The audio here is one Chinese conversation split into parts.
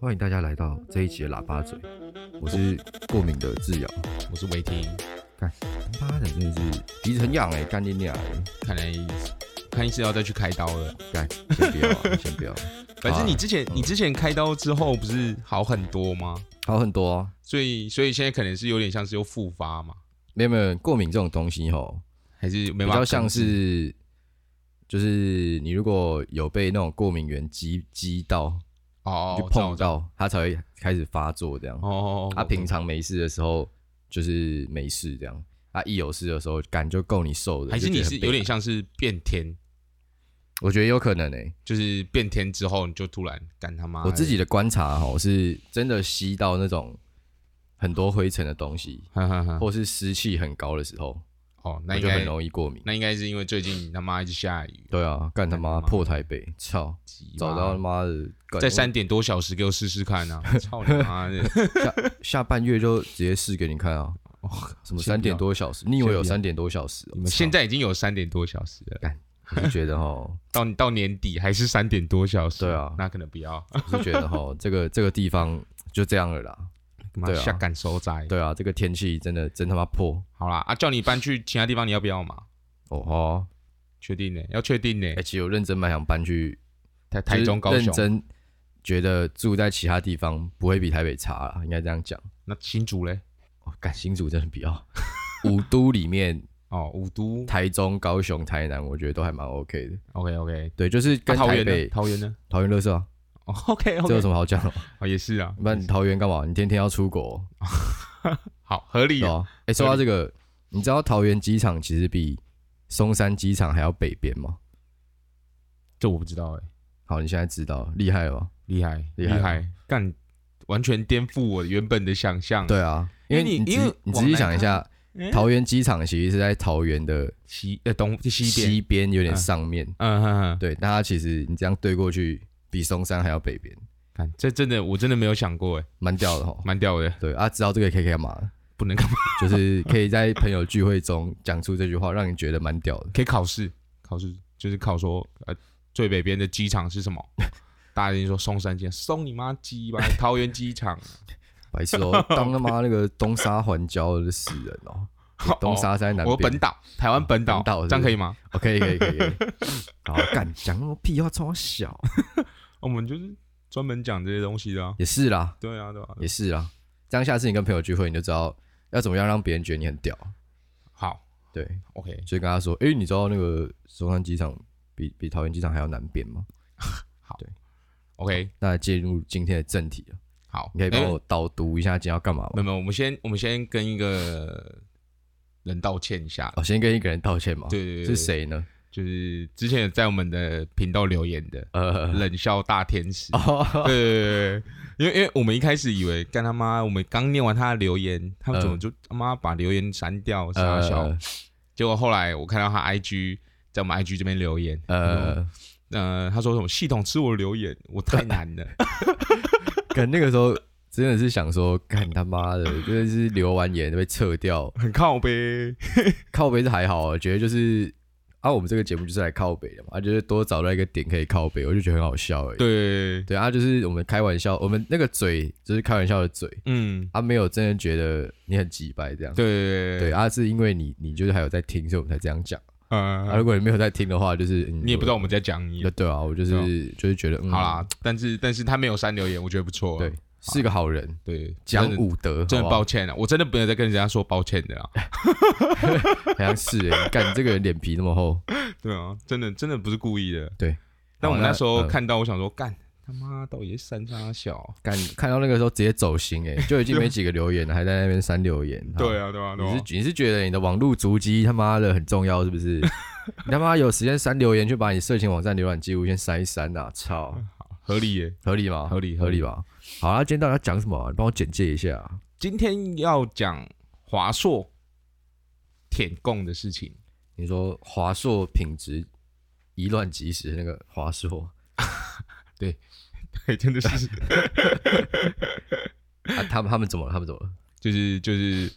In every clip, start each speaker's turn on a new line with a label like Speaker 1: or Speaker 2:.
Speaker 1: 欢迎大家来到这一集的喇叭嘴，我是过敏的智瑶。
Speaker 2: 我是维婷，
Speaker 1: 他妈的，真的是鼻子很痒哎、欸，干你娘欸！
Speaker 2: 看来看医生要再去开刀了。
Speaker 1: 干，先不要、啊，先不要，
Speaker 2: 反正你之前、
Speaker 1: 嗯
Speaker 2: 你之前开刀之后不是好很多吗？
Speaker 1: 好很多、啊。
Speaker 2: 所以所以现在可能是有点像是又复发嘛，
Speaker 1: 没有没有，过敏这种东西吼，
Speaker 2: 还是没
Speaker 1: 比
Speaker 2: 办法
Speaker 1: 较像啊
Speaker 2: 控制，
Speaker 1: 是，就是你如果有被那种过敏源激激到，
Speaker 2: 哦
Speaker 1: 就
Speaker 2: 哦
Speaker 1: 碰
Speaker 2: 知道
Speaker 1: 到，它才会开始发作这样。
Speaker 2: 哦哦，哦
Speaker 1: 他、平常没事的时候就是没事这样，啊，一有事的时候感就够你受的。
Speaker 2: 还是
Speaker 1: 就觉
Speaker 2: 你
Speaker 1: 得很
Speaker 2: 是
Speaker 1: 悲
Speaker 2: 有点
Speaker 1: 哀，
Speaker 2: 像是变天，
Speaker 1: 我觉得有可能欸诶、
Speaker 2: 就是变天之后你就突然干他妈的，
Speaker 1: 我自己的观察哈，我是真的吸到那种很多灰尘的东西，
Speaker 2: 哈哈哈，
Speaker 1: 或是湿气很高的时候，
Speaker 2: 哦，那
Speaker 1: 我
Speaker 2: 应
Speaker 1: 就很
Speaker 2: 该
Speaker 1: 容易过敏。
Speaker 2: 那应该是因为最近他妈一直下雨，
Speaker 1: 对啊，干他妈
Speaker 2: 干他妈
Speaker 1: 破台北，操！
Speaker 2: 急
Speaker 1: 找
Speaker 2: 嘛
Speaker 1: 到他妈的，干
Speaker 2: 在三点多小时给我试试 看啊！操你妈的！
Speaker 1: 下半月就直接试给你看啊！ 什么
Speaker 2: 哦先
Speaker 1: 三
Speaker 2: 不要
Speaker 1: 点多小时？你以为
Speaker 2: 先
Speaker 1: 有
Speaker 2: 不要
Speaker 1: 三点多小时哦？
Speaker 2: 你们现在已经有三点多小时了，
Speaker 1: 我就觉得哈，
Speaker 2: 到到年底还是三点多小时，
Speaker 1: 对啊
Speaker 2: 那可能 不要，
Speaker 1: 我就觉得哈，这个这个地方就这样了啦。
Speaker 2: 妈
Speaker 1: 对啊
Speaker 2: 下感受灾。
Speaker 1: 对啊，这个天气真的真他妈破
Speaker 2: 好啦，啊，叫你搬去其他地方，你要不要嘛？
Speaker 1: 哦吼！
Speaker 2: 确定呢、要确定呢、
Speaker 1: 哎、其实我认真蛮想搬去
Speaker 2: 台台中、高
Speaker 1: 就是
Speaker 2: 雄
Speaker 1: 认，真觉得住在其他地方不会比台北差啦，应该这样讲。
Speaker 2: 那新竹嘞？
Speaker 1: 哦，感新竹真的比 较五都里面，
Speaker 2: 哦，五都
Speaker 1: 台中、高雄、台南，我觉得都还蛮 OK 的。
Speaker 2: ，OK OK。
Speaker 1: 对，就是
Speaker 2: 那
Speaker 1: 跟
Speaker 2: 啊桃
Speaker 1: 台
Speaker 2: 园呢？
Speaker 1: 北、
Speaker 2: 桃园呢？
Speaker 1: 桃园乐色啊，
Speaker 2: 哦，OK
Speaker 1: 这有
Speaker 2: OK，
Speaker 1: 什么好 讲的？
Speaker 2: 哦，也是啊，
Speaker 1: 那你桃园干嘛？你天天要出国哦，
Speaker 2: 好合理
Speaker 1: 对
Speaker 2: 啊。
Speaker 1: 啊。哎、说到这个，你知道桃园机场其实比松山机场还要北边吗？
Speaker 2: 这我不知道哎、
Speaker 1: 好，你现在知道了，厉害了吧？
Speaker 2: 厉害
Speaker 1: 厉
Speaker 2: 厉
Speaker 1: 害
Speaker 2: 害，干完全颠覆我原本的想象。，
Speaker 1: 对啊，因为
Speaker 2: 嗯
Speaker 1: 你
Speaker 2: 因为你
Speaker 1: 仔
Speaker 2: 因为
Speaker 1: 你仔
Speaker 2: 往
Speaker 1: 细
Speaker 2: 南
Speaker 1: 想一下，
Speaker 2: 嗯
Speaker 1: 桃园机场其实是在桃园的
Speaker 2: 西呃东西边，
Speaker 1: 西边，有点
Speaker 2: 嗯
Speaker 1: 上面。
Speaker 2: 嗯哼哼，
Speaker 1: 对，那它其实你这样对过去，比松山还要北边，
Speaker 2: 看这真的我真的没有想过哎、
Speaker 1: 蛮屌的哈。
Speaker 2: 蛮屌的，
Speaker 1: 对啊，知道这个可以干嘛？
Speaker 2: 不能干嘛？
Speaker 1: 就是可以在朋友聚会中讲出这句话，让你觉得蛮屌的。
Speaker 2: 可以考试，考试就是考说呃最北边的机场是 什么？大家一定说松山机场，松你妈鸡吧！桃园机场，
Speaker 1: 白痴哦、当他妈那个东沙环礁的死人哦、 东沙在南
Speaker 2: 哦我
Speaker 1: 边
Speaker 2: 本。岛，台湾本岛
Speaker 1: 本岛，
Speaker 2: 这样可以吗？
Speaker 1: 哦，可以可以可以可以。好，干讲那么屁话，超小。
Speaker 2: 哦我们就是专门讲这些东西的啊。
Speaker 1: 也是啦，
Speaker 2: 对啊，对啊。
Speaker 1: 也是啦。这样下次你跟朋友聚会，你就知道要怎么样让别人觉得你很屌。
Speaker 2: 好
Speaker 1: 对，
Speaker 2: ，OK，
Speaker 1: 所以跟他说：“哎、你知道那个松山机场比比桃园机场还要南边吗
Speaker 2: OK，？”
Speaker 1: 那进入今天的正题了，
Speaker 2: 好，
Speaker 1: 你可以帮
Speaker 2: 哎
Speaker 1: 我导读一下今天要干嘛
Speaker 2: 没
Speaker 1: 吗
Speaker 2: 有？没有，我们先我们先跟一个人道歉一下。
Speaker 1: 哦，先跟一个人道歉吗？
Speaker 2: 对对对，对
Speaker 1: 是？谁 呢？
Speaker 2: 就是之前有在我们的频道留言的
Speaker 1: 呃，
Speaker 2: 冷笑大天 使。
Speaker 1: 哦，
Speaker 2: 对对对对，因为因为我们一开始以为干他妈，我们刚念完他的留言，他们怎么就他妈把留言删掉傻笑？
Speaker 1: 嗯呃
Speaker 2: 结果后来我看到他 IG 在我们 IG 这边留言，呃
Speaker 1: 呃，
Speaker 2: 呃，他说什么系统吃我的留言，我太难 了，
Speaker 1: 可那个时候真的是想说，干他妈 的，真的是留完言被撤掉，
Speaker 2: 很靠呗。
Speaker 1: 靠北是还好啊，觉得就是啊，我们这个节目就是来靠北的嘛，啊，就是多找到一个点可以靠北，我就觉得很好笑而已。
Speaker 2: 对，
Speaker 1: 对啊，就是我们开玩笑，我们那个嘴就是开玩笑的嘴，
Speaker 2: 嗯，
Speaker 1: 啊，没有真的觉得你很鸡掰这样。
Speaker 2: 对
Speaker 1: 对，啊，是因为你你就是还有在听，所以我们才这样讲。啊，
Speaker 2: 呃
Speaker 1: 如，果你没有在听的话，就是、嗯
Speaker 2: 你也不知道我。们在讲你
Speaker 1: 我。对啊，我就是就是觉得，嗯、
Speaker 2: 好啦，，但是但是他没有删留言，我觉得不错。啊
Speaker 1: 对，是个好人，
Speaker 2: 对，
Speaker 1: 讲
Speaker 2: 真的
Speaker 1: 武德，
Speaker 2: 真
Speaker 1: 好不
Speaker 2: 的
Speaker 1: 好
Speaker 2: 抱歉啊了，我真的不能再跟人家说抱歉的啦。
Speaker 1: 好像是哎，干你这个人脸皮那么厚，
Speaker 2: 对啊，真的真的不是故意的。
Speaker 1: 对，
Speaker 2: 但我
Speaker 1: 好
Speaker 2: 们
Speaker 1: 那
Speaker 2: 那时候
Speaker 1: 嗯
Speaker 2: 看到，我想说，干他妈到底是三叉小？
Speaker 1: 干看到那个时候直接走心 哎，就已经没几个留言了，还在那边删留言。好
Speaker 2: 对，啊，对啊，对
Speaker 1: 你
Speaker 2: 啊，
Speaker 1: 是你是觉得你的网络足迹他妈的很重要是不 是？你他妈有时间删留言，去把你色情网站浏览记录先删一删呐、操，
Speaker 2: 合理耶。
Speaker 1: 合理吗？
Speaker 2: 合理
Speaker 1: 合理吧？好啊，今天到底要讲什么啊、你帮我简介一下啊。
Speaker 2: 今天要讲华硕舔供的事 情，
Speaker 1: 你说华硕品质一乱即时那个华硕，
Speaker 2: 对，真的是，
Speaker 1: 啊，他们他们怎么了？他们怎么了？
Speaker 2: 就是就是，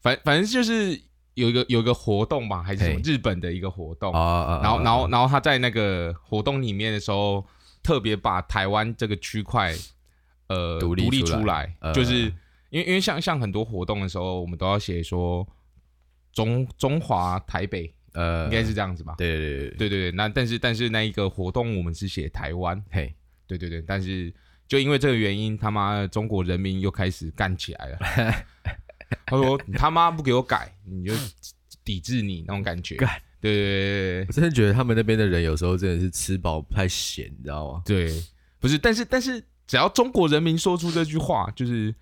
Speaker 2: 反反正就是有一个有一个活动吧，还是什么
Speaker 1: 嘿
Speaker 2: 日本的一个活动
Speaker 1: 啊，啊！啊
Speaker 2: 哦然后
Speaker 1: 啊
Speaker 2: 然后然后他在那个活动里面的时候，特别把台湾这个区块。呃
Speaker 1: 独立
Speaker 2: 立
Speaker 1: 出来
Speaker 2: 出来，
Speaker 1: 呃
Speaker 2: 就是因为因为像像很多活动的时候，我们都要写说中中华台北，
Speaker 1: 呃，
Speaker 2: 应该是这样子吧？
Speaker 1: 对对对对，
Speaker 2: 对对对，那但是但是那一个活动我们是写台湾，
Speaker 1: 嘿，
Speaker 2: 对对对，但是就因为这个原因，他妈的中国人民又开始干起 来了。他说：“你他妈不给我改，你就抵制你那种感觉。”
Speaker 1: 干
Speaker 2: 对对对
Speaker 1: 我真的觉得他们那边的人有时候真的是吃饱不太闲，你知道吗？
Speaker 2: 对对，不是，但是但是，只要中国人民说出这句话，就是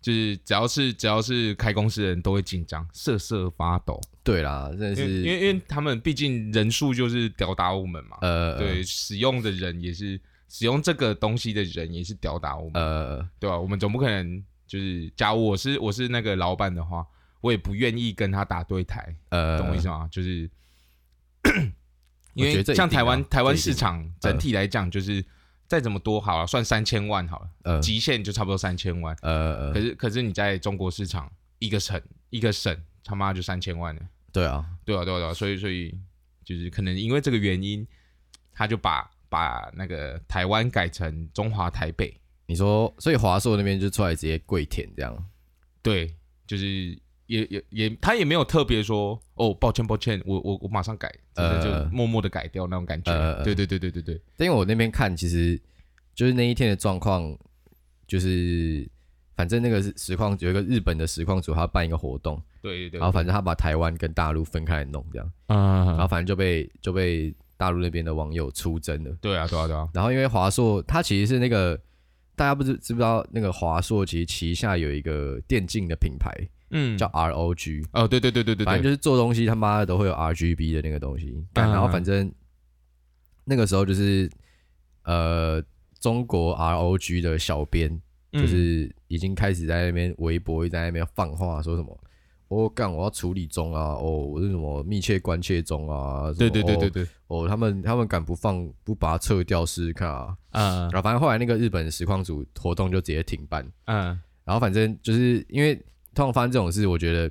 Speaker 2: 就是，只要是只要是开公司的人都会紧张，瑟瑟发抖，
Speaker 1: 对啦，真的
Speaker 2: 因为因
Speaker 1: 是
Speaker 2: 为因为他们毕竟人数就是吊打我们嘛，
Speaker 1: 呃
Speaker 2: 对，使用的人也是使用这个东西的人也是吊打我们。
Speaker 1: 呃
Speaker 2: 对吧、我们总不可能就是，假如我是我是那个老板的话，我也不愿意跟他打对台，
Speaker 1: 呃，
Speaker 2: 懂我意思吗？就是
Speaker 1: 我
Speaker 2: 因
Speaker 1: 觉
Speaker 2: 为
Speaker 1: 得这一定啊嗯
Speaker 2: 像台湾台湾
Speaker 1: 这一定
Speaker 2: 市场整体来讲，就是再怎么多好了，算三千万好了，
Speaker 1: 呃
Speaker 2: 极限就差不多三千万。
Speaker 1: 呃
Speaker 2: 可
Speaker 1: 呃，
Speaker 2: 是可是你在中国市场一个省一个省他妈就三千万了，
Speaker 1: 对啊，
Speaker 2: 对啊对啊对啊，所以所以就是可能因为这个原因，他就把把那个台湾改成中华台北。
Speaker 1: 你说，所以华硕那边就出来直接跪舔这样，
Speaker 2: 对，就是也也也，他也没有特别说哦，抱歉抱歉，我我我马上改，真的
Speaker 1: 呃
Speaker 2: 就默默的改掉那种感觉。
Speaker 1: 呃呃
Speaker 2: 对对对对对对，
Speaker 1: 但因为我那边看，其实就是那一天的状况，就是反正那个是实况有一个日本的实况组，他办一个活动，
Speaker 2: 对对对。
Speaker 1: 然后反正他把台湾跟大陆分开来弄这样，然
Speaker 2: 啊，
Speaker 1: 后反正就被就被大陆那边的网友出征了。
Speaker 2: 对啊对啊对啊，
Speaker 1: 然后因为华硕它其实是那个大家不知知不知道那个华硕其实旗下有一个电竞的品牌
Speaker 2: 嗯，
Speaker 1: 叫 ROG，
Speaker 2: 哦对对对对对
Speaker 1: 反正
Speaker 2: 对，
Speaker 1: 就是做东西他妈的都会有 RGB 的那个东西，干
Speaker 2: 嗯
Speaker 1: 然后反正那个时候就是呃中国 ROG 的小编就
Speaker 2: 嗯
Speaker 1: 是已经开始在那边微博一直在那边放话说什么。哦，干！我要处理中啊！哦，我是什么密切关切中啊？什么
Speaker 2: 对对对对
Speaker 1: 哦
Speaker 2: 对，
Speaker 1: 哦，他们他们敢不放不把它撤掉试试看啊？
Speaker 2: 嗯
Speaker 1: 然后反正后来那个日本实况组活动就直接停办。
Speaker 2: 嗯
Speaker 1: 然后反正就是因为通常发生这种事，我觉得，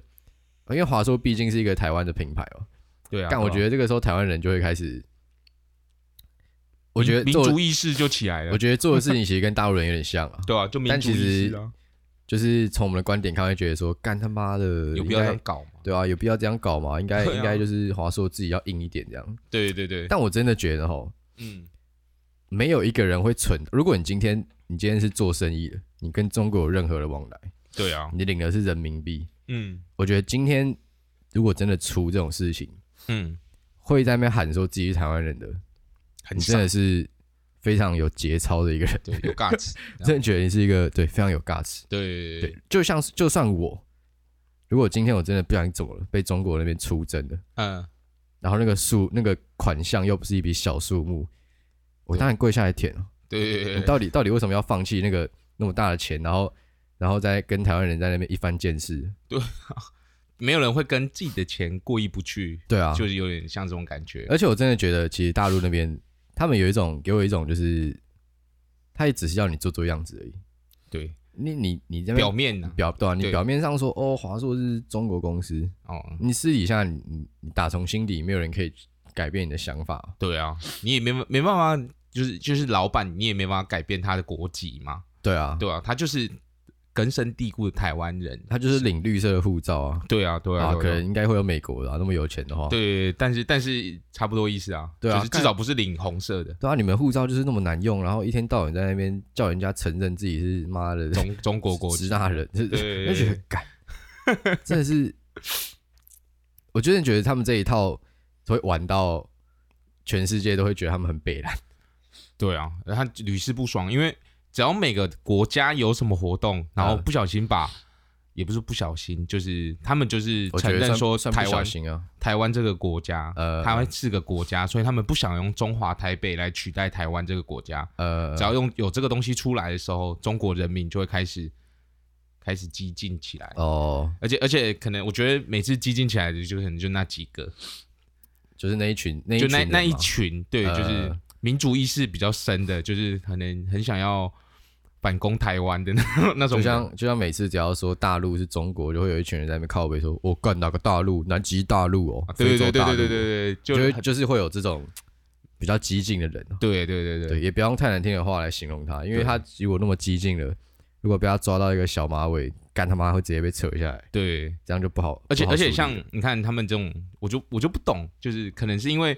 Speaker 1: 呃因为华硕毕竟是一个台湾的品牌嘛，
Speaker 2: 对啊，
Speaker 1: 但我觉
Speaker 2: 得
Speaker 1: 得这个时候台湾人就会开始，我觉得
Speaker 2: 民
Speaker 1: 做，
Speaker 2: 族意识就起来了
Speaker 1: 我，觉得做的事情其实跟大陆人有点 像啊，
Speaker 2: 对啊，就民
Speaker 1: 但
Speaker 2: 族
Speaker 1: 其
Speaker 2: 意识
Speaker 1: 实呃
Speaker 2: 啊，
Speaker 1: 就是从我们的观点看会觉得说，干他妈的，
Speaker 2: 有必要
Speaker 1: 应
Speaker 2: 这样
Speaker 1: 该
Speaker 2: 搞嘛？
Speaker 1: 对啊，有必要这样搞嘛？应该、
Speaker 2: 对啊
Speaker 1: 应该就是华硕自己要硬一点这样。
Speaker 2: 对对对，
Speaker 1: 但我真的觉得吼，
Speaker 2: 嗯，
Speaker 1: 没有一个人会蠢。如果你今天你今天是做生意的，你跟中国有任何的往来，
Speaker 2: 对啊，
Speaker 1: 你领的是人民币，
Speaker 2: 嗯
Speaker 1: 我觉得今天如果真的出这种事情，
Speaker 2: 嗯，
Speaker 1: 会在那边喊说自己是台湾人的，
Speaker 2: 很
Speaker 1: 你
Speaker 2: 少
Speaker 1: 真，的是非常有节操的一个人，
Speaker 2: 对，有 guts，
Speaker 1: 真的觉得你是一个对非常有 guts。
Speaker 2: 对对
Speaker 1: 对，，就像是就算我，如果今天我真的不小心怎么了，被中国那边出征了，
Speaker 2: 嗯，
Speaker 1: 然后那个数那个款项又不是一笔小数目，我当然跪下来舔了。
Speaker 2: 对对
Speaker 1: 你
Speaker 2: 对对，
Speaker 1: 到底到底为什么要放弃那个那么大的钱，然后然后再跟台湾人在那边一番见识？
Speaker 2: 没有人会跟自己的钱过意不去，
Speaker 1: 对啊，
Speaker 2: 就是有点像这种感觉。
Speaker 1: 而且我真的觉得，其实大陆那边他们有一种给我一种就是，他也只是要你做做样子而已。
Speaker 2: 对，
Speaker 1: 你你你这边
Speaker 2: 表面呢、
Speaker 1: 表对啊，你
Speaker 2: 对
Speaker 1: 表面上说哦，华硕是中国公司，
Speaker 2: 哦，
Speaker 1: 你私底下你你你打从心底没有人可以改变你的想法。
Speaker 2: 对啊，你也没没办法，就是就是老板，你也没办法改变他的国籍嘛，
Speaker 1: 对啊，
Speaker 2: 对啊，他就是根深蒂固的台湾人。
Speaker 1: 他就是领绿色的护照啊，
Speaker 2: 对啊，对啊，
Speaker 1: 可
Speaker 2: 对啊
Speaker 1: 能应该会有美国的啊，那么有钱的话。
Speaker 2: 对，但是但是差不多意思啊，
Speaker 1: 对啊
Speaker 2: 就是至
Speaker 1: 干
Speaker 2: 少不是领红色的
Speaker 1: 对啊，你们护照就是那么难用，然后一天到晚在那边叫人家承认自己是妈的
Speaker 2: 中中国国
Speaker 1: 直
Speaker 2: 籍。
Speaker 1: 大人，就
Speaker 2: 对
Speaker 1: 就觉得干， 真的是，我真的觉得他们这一套会玩到全世界都会觉得他们很北蓝。
Speaker 2: 对啊，然后他屡试不爽，因为只要每个国家有什么活动，然后
Speaker 1: 嗯
Speaker 2: 不小心把。也不是不小心，就是他们就是
Speaker 1: 我
Speaker 2: 承
Speaker 1: 觉得
Speaker 2: 认
Speaker 1: 算
Speaker 2: 说
Speaker 1: 算
Speaker 2: 台
Speaker 1: 不小
Speaker 2: 湾
Speaker 1: 心啊，
Speaker 2: 台湾这个国家，
Speaker 1: 呃
Speaker 2: 台湾是个国家，所以他们不想用中华台北来取代台湾这个国家。
Speaker 1: 呃
Speaker 2: 只要用有这个东西出来的时候，中国人民就会开始开始激进起来。
Speaker 1: 哦，
Speaker 2: 而且而且，可能我觉得每次激进起来的就可能就那几个，
Speaker 1: 就是那一群那一
Speaker 2: 就
Speaker 1: 群
Speaker 2: 那
Speaker 1: 人
Speaker 2: 那一
Speaker 1: 嘛
Speaker 2: 群，对，
Speaker 1: 呃
Speaker 2: 就是民族意识比较深的，就是可能很想要反攻台湾的那 那种
Speaker 1: 就
Speaker 2: 人。
Speaker 1: 像就像每次只要说大陆是中国，就会有一群人在那边靠背说：“我、干哪个大陆？南极大陆哦，
Speaker 2: 啊对对
Speaker 1: 非洲
Speaker 2: 对
Speaker 1: 大
Speaker 2: 对
Speaker 1: 陆
Speaker 2: 对
Speaker 1: 哦
Speaker 2: 对对对，
Speaker 1: 就会
Speaker 2: 就
Speaker 1: 就是会有这种比较激进的人哦，
Speaker 2: 对对对对
Speaker 1: 对，也不要用太难听的话来形容他，因为
Speaker 2: 对
Speaker 1: 他如果那么激进了，如果被他抓到一个小马尾，干他妈会直接被扯下来，
Speaker 2: 对，
Speaker 1: 这样就不好。
Speaker 2: 而且
Speaker 1: 不好
Speaker 2: 而且
Speaker 1: 处理
Speaker 2: 像你看他们这种，我就我就不懂，就是可能是因为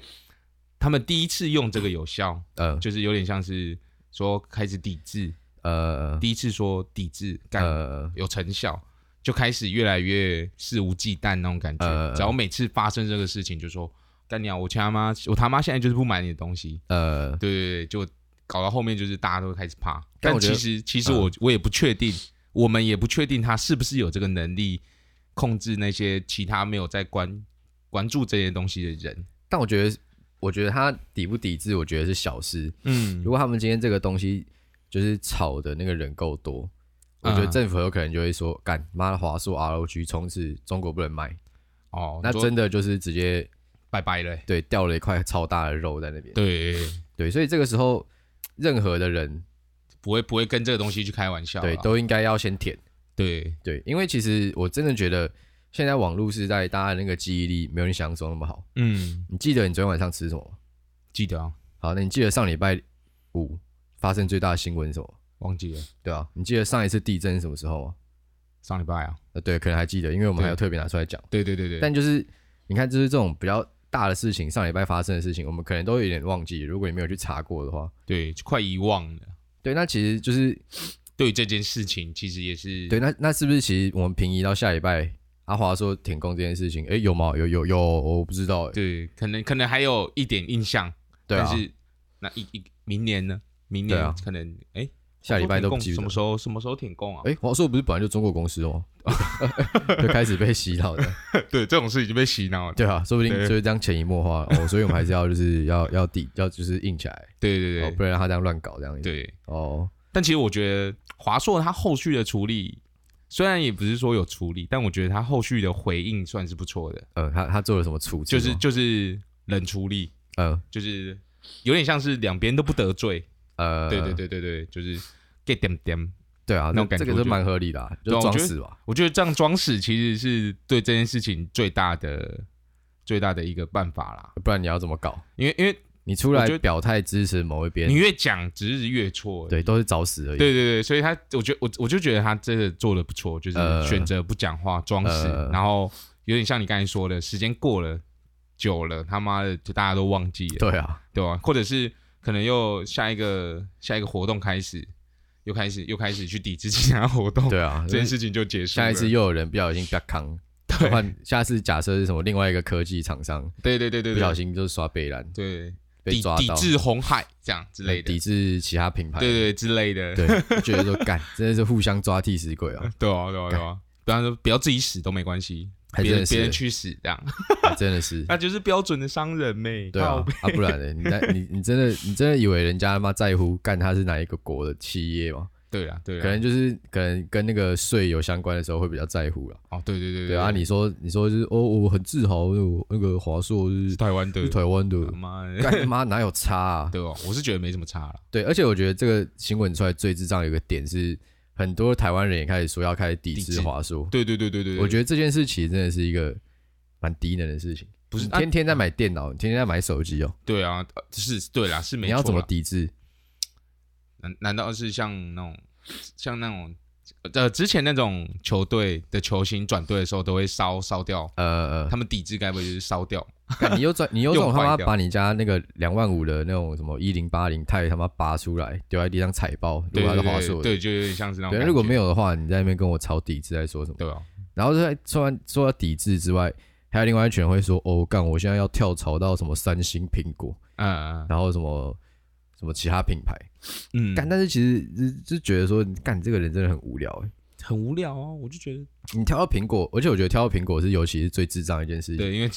Speaker 2: 他们第一次用这个有效，
Speaker 1: 呃
Speaker 2: 就是有点像是说开始抵制，
Speaker 1: 呃
Speaker 2: 第一次说抵制干、
Speaker 1: 呃
Speaker 2: 有成效，就开始越来越肆无忌惮那种感觉。
Speaker 1: 呃
Speaker 2: 只要每次发生这个事情，就说干你啊，我他妈我他妈现在就是不买你的东西，
Speaker 1: 呃，
Speaker 2: 对对对，就搞到后面就是大家都会开始怕。
Speaker 1: 但
Speaker 2: 但
Speaker 1: 我觉得嗯
Speaker 2: 其实其实我、我也不确定，我们也不确定他是不是有这个能力控制那些其他没有在关关注这些东西的人。
Speaker 1: 但我觉得我觉得他抵不抵制，我觉得是小事。
Speaker 2: 嗯
Speaker 1: 如果他们今天这个东西就是炒的那个人够多，我觉得
Speaker 2: 嗯
Speaker 1: 政府有可能就会说，干妈的华硕 ROG 从此中国不能卖，
Speaker 2: 哦，
Speaker 1: 那
Speaker 2: 你说
Speaker 1: 真的就是直接
Speaker 2: 拜拜了欸、
Speaker 1: 对掉了一块超大的肉在那边。
Speaker 2: 对，
Speaker 1: 对，所以这个时候任何的人
Speaker 2: 不会不会跟这个东西去开玩笑啦。
Speaker 1: 对都应该要先舔。
Speaker 2: 对
Speaker 1: 对，因为其实我真的觉得现在网络时代，大家的那个记忆力没有你想象中那么好。
Speaker 2: 嗯，
Speaker 1: 你记得你昨天晚上吃什么吗？
Speaker 2: 记得啊，
Speaker 1: 好，那你记得上礼拜五发生最大的新闻是什么吗？
Speaker 2: 忘记了
Speaker 1: 对啊，你记得上一次地震是什么时候吗？
Speaker 2: 上礼拜啊。
Speaker 1: 呃，对，可能还记得，因为我们还有
Speaker 2: 对
Speaker 1: 特别拿出来讲。
Speaker 2: 对对对对，
Speaker 1: 但就是你看，就是这种比较大的事情，上礼拜发生的事情，我们可能都有点忘记。如果你没有去查过的话，
Speaker 2: 对快遗忘了。
Speaker 1: 对，那其实就是
Speaker 2: 对于这件事情，其实也是
Speaker 1: 对，那那是不是其实我们平移到下礼拜，阿华说舔供这件事情，诶，有吗？有有有，我不知道、诶
Speaker 2: 对，可能可能还有一点印象，
Speaker 1: 对啊
Speaker 2: 但，是那一一明年呢？明
Speaker 1: 对
Speaker 2: 年
Speaker 1: 啊
Speaker 2: 可能哎，
Speaker 1: 下礼拜都不
Speaker 2: 黄
Speaker 1: 记
Speaker 2: 金
Speaker 1: 得
Speaker 2: 什么时候什么时候停工啊？
Speaker 1: 诶，华硕不是本来就中国公司哦， 就开始被洗脑的。
Speaker 2: 对，这种事已经被洗脑了。
Speaker 1: 对啊，说不定
Speaker 2: 对
Speaker 1: 就是这样潜移默化哦，所以我们还是要就是要要抵要就是硬起来，
Speaker 2: 对对
Speaker 1: 哦
Speaker 2: 对，
Speaker 1: 不然让他这样乱搞这样子。
Speaker 2: 对，
Speaker 1: 哦，
Speaker 2: 但其实我觉得华硕它后续的处理，虽然也不是说有处理，但我觉得它后续的回应算是不错的，
Speaker 1: 呃，他他做了什么处置
Speaker 2: 就
Speaker 1: 吗？
Speaker 2: 是就是冷处理，
Speaker 1: 呃
Speaker 2: 就是有点像是两边都不得罪。
Speaker 1: 呃，
Speaker 2: 对对对对对，就是 get them them。
Speaker 1: 对啊，
Speaker 2: 那
Speaker 1: 那
Speaker 2: 种感
Speaker 1: 这
Speaker 2: 觉
Speaker 1: 个
Speaker 2: 我
Speaker 1: 都
Speaker 2: 觉得
Speaker 1: 蛮合理的啊，
Speaker 2: 对
Speaker 1: 就
Speaker 2: 啊我
Speaker 1: 装
Speaker 2: 觉得
Speaker 1: 死吧。
Speaker 2: 我觉得这样装死其实是对这件事情最大的最大的一个办法啦，
Speaker 1: 不然你要怎么搞？
Speaker 2: 因为因为
Speaker 1: 你出
Speaker 2: 我
Speaker 1: 来
Speaker 2: 觉得
Speaker 1: 表态支持某一边
Speaker 2: 你，越讲只是越错，
Speaker 1: 对，都是找死而已。
Speaker 2: 对对对，所以他我觉得我我就觉得他真的做的不错，就是
Speaker 1: 呃
Speaker 2: 选择不讲话装死，
Speaker 1: 呃
Speaker 2: 然后有点像你刚才说的，时间过了久了，他妈的就大家都忘记了，
Speaker 1: 对啊，
Speaker 2: 对吧、或者是可能又下一个下一个活动开始，又开始又开始去抵制其他活动，
Speaker 1: 对啊，
Speaker 2: 哦这件事情就结束了。
Speaker 1: 下一次又有人不小心被坑，
Speaker 2: 对
Speaker 1: 换下次假设是什么另外一个科技厂商
Speaker 2: 对对对对
Speaker 1: 不小
Speaker 2: 对
Speaker 1: 心就是刷北兰
Speaker 2: 对。
Speaker 1: 被
Speaker 2: 抵
Speaker 1: 抓
Speaker 2: 抵
Speaker 1: 到，
Speaker 2: 制红海这样之类的，
Speaker 1: 呃抵制其他品牌，
Speaker 2: 对对之类的，
Speaker 1: 对，就觉得说干真的是互相抓替死鬼 啊，
Speaker 2: 对啊对啊对啊，不然说不要自己死都没关系，
Speaker 1: 还
Speaker 2: 别
Speaker 1: 真
Speaker 2: 人
Speaker 1: 的
Speaker 2: 别人
Speaker 1: 是，
Speaker 2: 去死 这样，
Speaker 1: 还真的是，
Speaker 2: 那就是标准的商人呗。
Speaker 1: 对啊
Speaker 2: 靠，
Speaker 1: 啊不然呢？你在你你真的你真的以为人家他妈在乎干他是哪一个国的企业吗？
Speaker 2: 对啊对啊，
Speaker 1: 可能就是可能跟那个税有相关的时候会比较在乎了，
Speaker 2: 哦对对对
Speaker 1: 对啊，你说你说就是哦，我很自豪，我那个华硕是
Speaker 2: 是台湾的
Speaker 1: 是，台湾的
Speaker 2: 他，妈的
Speaker 1: 干他妈哪有差啊？
Speaker 2: 嗯对哦，我是觉得没什么差了，
Speaker 1: 对，而且我觉得这个新闻出来最智障有一个点是，很多台湾人也开始说要开始抵
Speaker 2: 抵
Speaker 1: 制
Speaker 2: 制
Speaker 1: 华硕。
Speaker 2: 对对对对对，
Speaker 1: 我觉得这件事其实真的是一个蛮低能的事情，
Speaker 2: 不是
Speaker 1: 你
Speaker 2: 啊
Speaker 1: 天天在买电脑，你天天在买手机哦，
Speaker 2: 对啊呃是对啦是没
Speaker 1: 你要怎
Speaker 2: 错
Speaker 1: 么
Speaker 2: 啦，
Speaker 1: 抵制？
Speaker 2: 难难道是像那种像那种呃之前那种球队的球星转队的时候都会烧烧掉，
Speaker 1: 呃，
Speaker 2: 他们抵制该不会就是烧掉？
Speaker 1: 干你又转，你又这种
Speaker 2: 又
Speaker 1: 他
Speaker 2: 坏
Speaker 1: 妈
Speaker 2: 掉
Speaker 1: 把你家那个两万五的那种什么一零八零钛他妈拔出来丢在地上踩爆，如
Speaker 2: 对
Speaker 1: 果它
Speaker 2: 对
Speaker 1: 是华
Speaker 2: 对
Speaker 1: 硕的，
Speaker 2: 对，就有点像是那种
Speaker 1: 对，
Speaker 2: 感
Speaker 1: 如果
Speaker 2: 觉
Speaker 1: 没有的话，你在那边跟我吵抵制在说什么？
Speaker 2: 对啊，
Speaker 1: 然后在说完说到抵制之外，还有另外一群人会说，哦，干，我现在要跳槽到什么三星、苹果，
Speaker 2: 嗯
Speaker 1: 然后什么什么其他品牌
Speaker 2: 嗯，
Speaker 1: 干，但是其实就就觉得说，干你这个人真的很无聊欸。
Speaker 2: 很无聊啊，我就觉得
Speaker 1: 你挑到苹果，而且我觉得挑到苹果是尤其是最智障的一件事情。
Speaker 2: 对，因为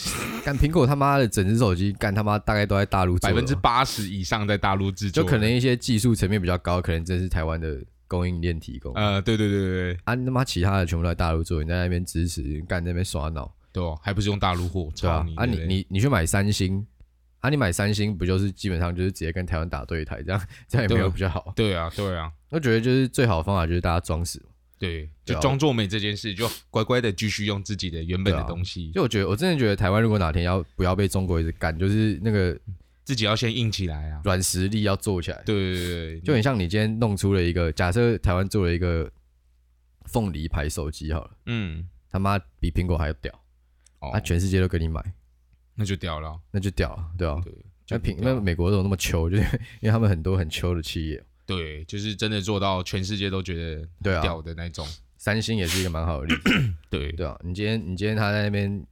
Speaker 1: 干苹果他妈的整只手机，干他妈大概都在大陆做
Speaker 2: 百
Speaker 1: 的
Speaker 2: 分之
Speaker 1: 吧
Speaker 2: 八十以上在大陆制
Speaker 1: 就
Speaker 2: 作，
Speaker 1: 可能一些技术层面比较高，可能真是台湾的供应链提供。
Speaker 2: 呃，对对对对对
Speaker 1: 啊，你他妈其他的全部都在大陆做，你在那边支持，干在那边耍脑，
Speaker 2: 对哦，还不是用大陆货，
Speaker 1: 啊对
Speaker 2: 操
Speaker 1: 吧
Speaker 2: 你？
Speaker 1: 啊，
Speaker 2: 对
Speaker 1: 你
Speaker 2: 不对
Speaker 1: 你你去买三星，啊，你买三星不就是基本上就是直接跟台湾打对台，这样这样也没有
Speaker 2: 对啊
Speaker 1: 比较好。
Speaker 2: 对啊对啊
Speaker 1: 我觉得就是最好的方法就是大家装死，
Speaker 2: 对，
Speaker 1: 对啊
Speaker 2: 就装作没这件事，就乖乖的继续用自己的原本
Speaker 1: 对
Speaker 2: 的
Speaker 1: 啊
Speaker 2: 东西，
Speaker 1: 就我觉得，我真的觉得台湾如果哪天要不要被中国一直干，就是那个
Speaker 2: 自己要先硬起来啊。
Speaker 1: 软实力要做起来，
Speaker 2: 对对对对，
Speaker 1: 就很像你今天弄出了一个，假设台湾做了一个凤梨牌手机好了，
Speaker 2: 嗯，
Speaker 1: 他妈比苹果还要屌，
Speaker 2: 哦，
Speaker 1: 那全世界都跟你买，
Speaker 2: 那就掉了，
Speaker 1: 那就屌了，对吧？啊
Speaker 2: 对，
Speaker 1: 那
Speaker 2: 就
Speaker 1: 苹
Speaker 2: 掉
Speaker 1: 那美国怎么那么穷？ 就是因为他们很多很穷的企业，
Speaker 2: 对，就是真的做到全世界都觉得
Speaker 1: 对啊，
Speaker 2: 掉的那种，
Speaker 1: 三星也是一个蛮好的例子。
Speaker 2: 对，
Speaker 1: 对啊，你今天你今天他在那边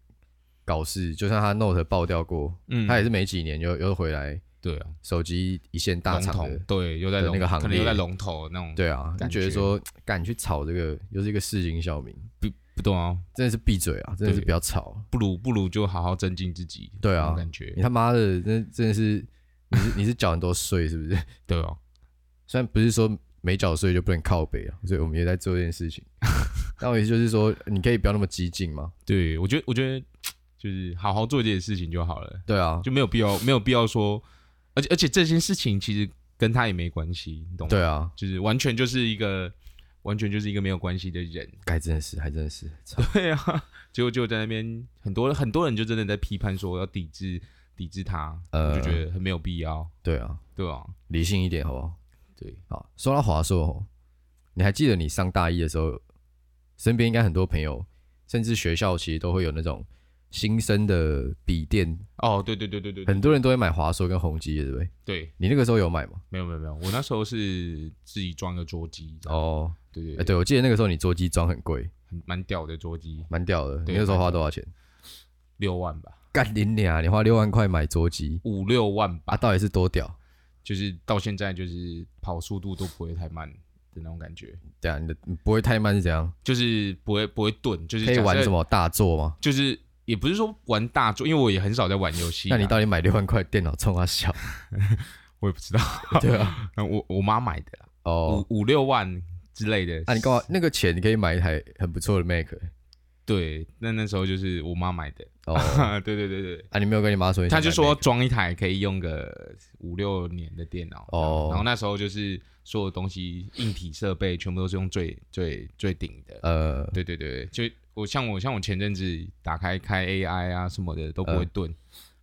Speaker 1: 搞事，就算他 Note 爆掉过，
Speaker 2: 嗯，
Speaker 1: 他也是没几年又又回来
Speaker 2: 对啊，
Speaker 1: 手机一线大
Speaker 2: 龙
Speaker 1: 厂
Speaker 2: 头
Speaker 1: 的。
Speaker 2: 对，又在
Speaker 1: 的
Speaker 2: 龙
Speaker 1: 那个行
Speaker 2: 可能又
Speaker 1: 列
Speaker 2: 在龙头那种，，
Speaker 1: 对啊，就
Speaker 2: 感
Speaker 1: 觉得说敢去炒这个，又是一个市井小民，
Speaker 2: 不懂啊，
Speaker 1: 真的是闭嘴啊，真的是
Speaker 2: 对
Speaker 1: 不要吵。
Speaker 2: 不如不如就好好增进自己，
Speaker 1: 对啊
Speaker 2: 那种感觉
Speaker 1: 你，他妈的，那真的是你是你是缴很多税是不 是？
Speaker 2: 对哦，
Speaker 1: 虽然不是说没缴税就不能靠北啊，所以我们也在做这件事情。 但我意思就是说，你可以不要那么激进嘛。
Speaker 2: 对我觉得我觉得就是好好做这件事情就好了。
Speaker 1: 对啊，
Speaker 2: 就没有必要，没有必要说，而且而且这件事情其实跟他也没关系，你懂吗？
Speaker 1: 对，啊，
Speaker 2: 就是完全就是一个，完全就是一个没有关系的人。
Speaker 1: 该真的是还真的是，操
Speaker 2: 对啊，结果就在那边很多很多人就真的在批判说要抵制抵制他，
Speaker 1: 呃
Speaker 2: 我就觉得很没有必要，
Speaker 1: 对啊，
Speaker 2: 对啊，
Speaker 1: 理性一点好不好？
Speaker 2: 对，
Speaker 1: 好，说到华硕哦，你还记得你上大一的时候，身边应该很多朋友，甚至学校其实都会有那种新生的笔电，
Speaker 2: 哦，对对对对对对
Speaker 1: 很多人都会买华硕跟宏基的，对不对？
Speaker 2: 对，
Speaker 1: 你那个时候有买吗？
Speaker 2: 没有没有没有，我那时候是自己装个桌机，哦，
Speaker 1: 哦，
Speaker 2: 对对
Speaker 1: 哎，对，我记得那个时候你桌机装很贵，
Speaker 2: 很蛮屌的桌机，
Speaker 1: 蛮屌的。你
Speaker 2: 对
Speaker 1: 那时候
Speaker 2: 蛮
Speaker 1: 花多少钱？
Speaker 2: 六万吧，
Speaker 1: 干你娘！你花六万块买桌机
Speaker 2: 五六万吧
Speaker 1: 啊，，到底是多屌？
Speaker 2: 就是到现在就是跑速度都不会太慢的那种感觉。
Speaker 1: 对啊，你的你不会太慢是怎样？
Speaker 2: 就是不会不会顿，就是
Speaker 1: 可以
Speaker 2: 假设
Speaker 1: 玩什？么大作吗？
Speaker 2: 就是也不是说玩大作，因为我也很少在玩游戏啊。
Speaker 1: 那你到底买六万块电脑冲他 笑？
Speaker 2: 我也不知道，
Speaker 1: 对啊，
Speaker 2: 嗯我我妈买的啦，
Speaker 1: 哦，
Speaker 2: 五五六万之类的。
Speaker 1: 那你干嘛？那个钱你可以买一台很不错的 Mac 欸。
Speaker 2: 对，那那时候就是我妈买的。
Speaker 1: 哦，
Speaker 2: 对对对对，
Speaker 1: 啊，你没有跟你妈说你想
Speaker 2: 她
Speaker 1: 买 Mac？
Speaker 2: 就说装一台可以用个五六年的电脑。
Speaker 1: 哦
Speaker 2: 然后那时候就是所有东西硬体设备全部都是用最最最顶的。
Speaker 1: 呃，
Speaker 2: 对对对，就我像我像我前阵子打开开 AI 啊什么的都不会顿，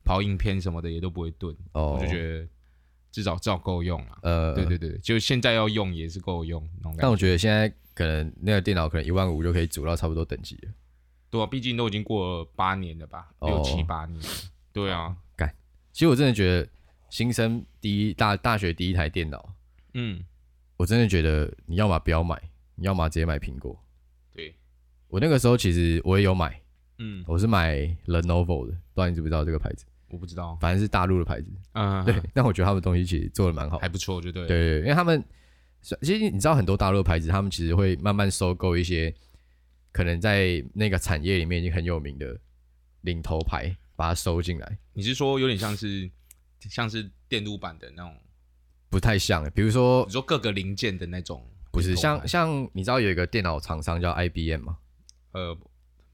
Speaker 2: 跑影片什么的也都不会顿，
Speaker 1: 嗯哦，
Speaker 2: 我就觉得至少至少够用啊。
Speaker 1: 呃，
Speaker 2: 对对对，就现在要用也是够用那种感
Speaker 1: 但
Speaker 2: 觉。
Speaker 1: 我觉得现在可能那个电脑可能一万五就可以组到差不多等级了。
Speaker 2: 对啊，毕竟都已经过了八年了吧，
Speaker 1: 哦
Speaker 2: 六七八年了。对啊，
Speaker 1: 其实我真的觉得新生第一大大学第一台电脑，
Speaker 2: 嗯，
Speaker 1: 我真的觉得你要么不要买，你要么直接买苹果。
Speaker 2: 对，
Speaker 1: 我那个时候其实我也有买，
Speaker 2: 嗯，
Speaker 1: 我是买 Lenovo 的，不知道你知不知道这个牌子，
Speaker 2: 我不知道，
Speaker 1: 反正是大陆的牌子。
Speaker 2: 嗯，
Speaker 1: 对，但我觉得他们东西其实做的蛮好的
Speaker 2: 还不错，就对。，
Speaker 1: 对，因为他们其实你知道很多大陆牌子，他们其实会慢慢收购一些可能在那个产业里面已经很有名的领头牌，把它收进来，
Speaker 2: 你是说有点像是像是电路板的那种，
Speaker 1: 不太像。比如说
Speaker 2: 你，说各个零件的那种？
Speaker 1: 不是像
Speaker 2: 头
Speaker 1: 像你知道有一个电脑厂商叫 IBM 嘛，
Speaker 2: 牌呃，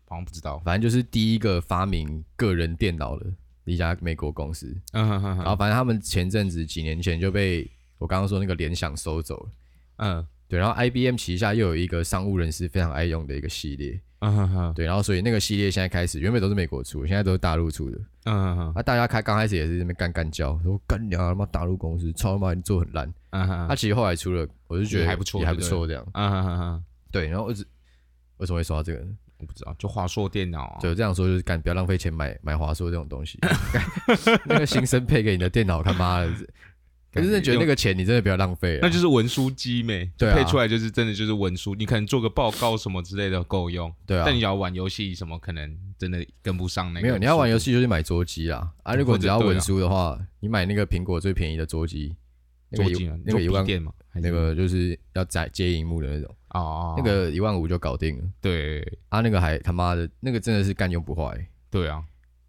Speaker 2: 好像不知道。
Speaker 1: 反正就是第一个发明个人电脑的一家美国公司，
Speaker 2: 嗯哼哼
Speaker 1: 然
Speaker 2: 哼，
Speaker 1: 后反正他们前阵子几年前就被我刚刚说那个联想收走了。
Speaker 2: 嗯
Speaker 1: 对，然后 IBM 旗下又有一个商务人士非常爱用的一个系列，
Speaker 2: 嗯哼哼，
Speaker 1: 对，然后所以那个系列现在开始，原本都是美国出，现在都是大陆出的。
Speaker 2: 嗯哼
Speaker 1: 啊，大家开刚开始也是在那边干干叫，说干娘他妈大陆公司超他妈你做很烂。
Speaker 2: 嗯
Speaker 1: 他、
Speaker 2: 哼，
Speaker 1: 其实后来出了，我就觉得
Speaker 2: 也还不错
Speaker 1: 也还不
Speaker 2: 对不对
Speaker 1: 错这样。
Speaker 2: 嗯哼哼哼，
Speaker 1: 对，然后我一直为什么会说到这个呢？
Speaker 2: 我不知道，就华硕电脑啊，
Speaker 1: 就这样说就是干，不要浪费钱买买华硕这种东西。 干那个新生配给你的电脑，他妈的，可
Speaker 2: 干
Speaker 1: 是真的觉得
Speaker 2: 用
Speaker 1: 那个钱你真的不要浪费啊。
Speaker 2: 那就是文书机没，就
Speaker 1: 对啊
Speaker 2: 配出来就是真的就是文书，你可能做个报告什么之类的够用，
Speaker 1: 对啊
Speaker 2: 但，你要玩游戏什么，可能真的跟不上那个。
Speaker 1: 没有你要玩游，戏就去买桌机啦。啊，如果你只要
Speaker 2: 或者对啊
Speaker 1: 文书的话，你买那个苹果最便宜的桌机，那
Speaker 2: 桌
Speaker 1: 个一
Speaker 2: 机啊，
Speaker 1: 那个一万
Speaker 2: 电嘛，还是
Speaker 1: 那个就是要载接荧幕的那种，
Speaker 2: 哦哦，哦
Speaker 1: 那个一万五就搞定了。
Speaker 2: 对
Speaker 1: 啊，那个还他妈的，那个真的是干用不坏、
Speaker 2: 对啊，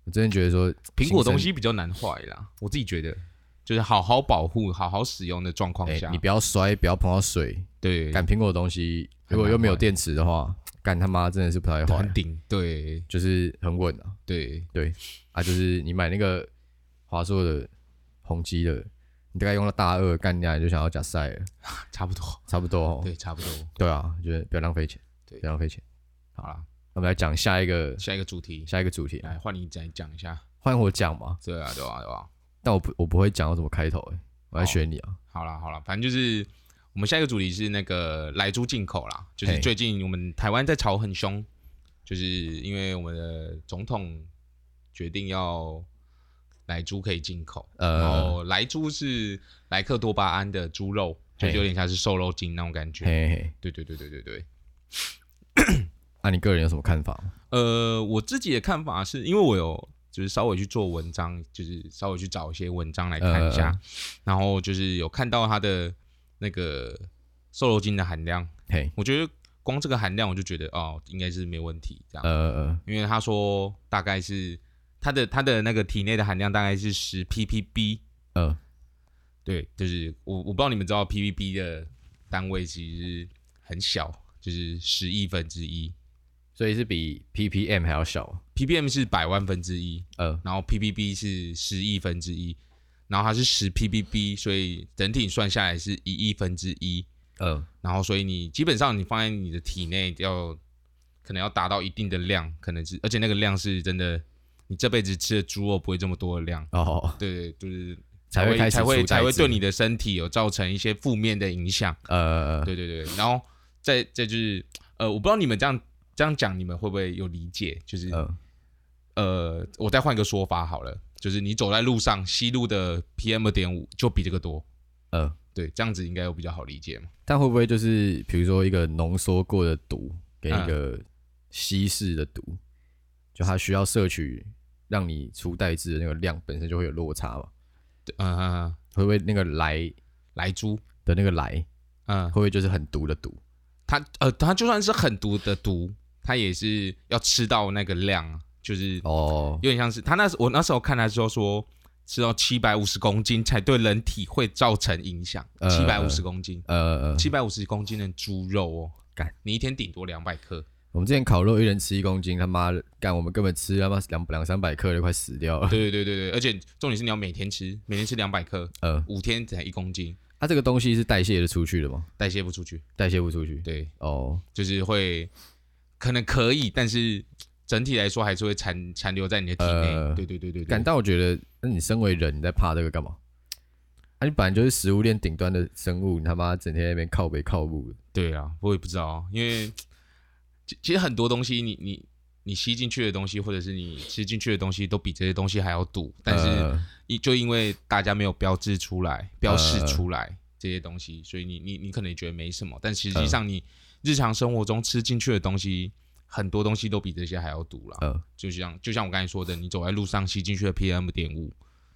Speaker 1: 我真的觉得说
Speaker 2: 苹果东
Speaker 1: 新哎
Speaker 2: 西比较难坏啦，我自己觉得，就是好好保护、好好使用的状况
Speaker 1: 生，哎、
Speaker 2: 下
Speaker 1: 你，不要摔，不要碰到水。
Speaker 2: 对，
Speaker 1: 干苹果的东西，
Speaker 2: 很
Speaker 1: 如果
Speaker 2: 难
Speaker 1: 又没有
Speaker 2: 坏
Speaker 1: 电池的话，干他妈真的是不太坏
Speaker 2: 很，顶，对
Speaker 1: 就是很稳啊。
Speaker 2: 对，
Speaker 1: 啊，就是你买那个华硕的、宏基的，你大概用到大二，干你啊你就想要加塞了，
Speaker 2: 差不多，
Speaker 1: 差不多哦。
Speaker 2: 对，差不多。
Speaker 1: 对啊，我觉得不要浪费钱，
Speaker 2: 对
Speaker 1: 不要浪费钱。
Speaker 2: 好啦，
Speaker 1: 那我们来讲下一个
Speaker 2: 下一个主题，
Speaker 1: 下一个主题，
Speaker 2: 来换你讲讲一下。
Speaker 1: 换我讲嘛。
Speaker 2: 对啊，对啊，对啊，
Speaker 1: 但我不我不会讲要怎么开头、欸，我来
Speaker 2: 哦
Speaker 1: 学你啊。
Speaker 2: 好啦好啦，反正就是我们下一个主题是那个来猪进口啦，就是
Speaker 1: 嘿
Speaker 2: 最近我们台湾在吵很凶，就是因为我们的总统决定要来猪可以进口，
Speaker 1: 呃
Speaker 2: 然后来猪是莱克多巴胺的猪肉，就
Speaker 1: 嘿
Speaker 2: 有点像是瘦肉精那种感觉。
Speaker 1: 嘿嘿嘿，
Speaker 2: 对对对对对对。
Speaker 1: 那、你个人有什么看法吗？
Speaker 2: 呃，我自己的看法是因为我有就是稍微去做文章，就是稍微去找一些文章来看一下，
Speaker 1: 呃
Speaker 2: 然后就是有看到它的那个瘦肉精的含量，
Speaker 1: 嘿，
Speaker 2: 我觉得光这个含量我就觉得哦，应该是没问题这样，
Speaker 1: 呃呃，
Speaker 2: 因为他说大概是它的它的那个体内的含量大概是十 ppb，
Speaker 1: 呃，
Speaker 2: 对，就是我我不知道你们知道 ppb 的单位其实很小，就是十亿分之一
Speaker 1: 所以是比 ppm 还要小。
Speaker 2: ，ppm 是百万分之一，
Speaker 1: 呃，
Speaker 2: 然后 ppb 是十亿分之一，然后它是十 ppb，所以整体算下来是一亿分之一，
Speaker 1: 呃，
Speaker 2: 然后所以你基本上你放在你的体内要可能要达到一定的量，可能是而且那个量是真的，你这辈子吃的猪肉不会这么多的量，
Speaker 1: 哦，
Speaker 2: 对，就是
Speaker 1: 才会
Speaker 2: 会
Speaker 1: 开始
Speaker 2: 才
Speaker 1: 出
Speaker 2: 会
Speaker 1: 代
Speaker 2: 才会
Speaker 1: 志
Speaker 2: 对你的身体有造成一些负面的影响，
Speaker 1: 呃，
Speaker 2: 对对对，然后再再就是呃，我不知道你们这样这样讲你们会不会有理解，就是
Speaker 1: 呃，
Speaker 2: 呃，我再换一个说法好了，就是你走在路上，吸入的 PM 二点五就比这个多。
Speaker 1: 呃，
Speaker 2: 对，这样子应该有比较好理解嘛。
Speaker 1: 但会不会就是比如说一个浓缩过的毒跟一个
Speaker 2: 嗯
Speaker 1: 稀释的毒，就它需要摄取让你出代质的那个量本身就会有落差嘛？
Speaker 2: 对嗯、呃，
Speaker 1: 会不会那个来
Speaker 2: 来猪，
Speaker 1: 的那个来
Speaker 2: 嗯、
Speaker 1: 会不会就是很毒的毒？
Speaker 2: 它呃，它就算是很毒的毒，它也是要吃到那个量啊，就是有
Speaker 1: 哦，
Speaker 2: 点像是它那时我那时候看的时候说，吃到七百五十公斤才对人体会造成影响，
Speaker 1: 呃
Speaker 2: 七百五十公斤，
Speaker 1: 呃，呃
Speaker 2: 七百五十公斤的猪肉哦，
Speaker 1: 干，
Speaker 2: 你一天顶多两百克，
Speaker 1: 我们之前烤肉，一人吃一公斤，他妈的干，我们根本吃他妈两两三百克就快死掉了。
Speaker 2: 对对对对对，而且重点是你要每天吃，每天吃两百克，
Speaker 1: 呃，
Speaker 2: 五天才一公斤，
Speaker 1: 它、这个东西是代谢的出去的吗？
Speaker 2: 代谢不出去。
Speaker 1: 代谢不出去。
Speaker 2: 对，
Speaker 1: 哦，
Speaker 2: 就是会可能可以，但是整体来说还是会残残留在你的体内。
Speaker 1: 呃
Speaker 2: 对对对对
Speaker 1: 感
Speaker 2: 对，
Speaker 1: 但我觉得，那你身为人，你在怕这个干嘛？啊，你本来就是食物链顶端的生物，你他妈整天在那边靠北靠步的。
Speaker 2: 对啊，我也不知道，因为其其实很多东西你，你你吸进去的东西，或者是你吃进去的东西，都比这些东西还要毒，但是
Speaker 1: 呃
Speaker 2: 一就因为大家没有标志出来、标示出来、这些东西，所以你你你可能觉得没什么，但
Speaker 1: 呃
Speaker 2: 实际上你日常生活中吃进去的东西。很多东西都比这些还要毒啦，
Speaker 1: 呃
Speaker 2: 就像就像我刚才说的，你走在路上吸进去的 PM 点五，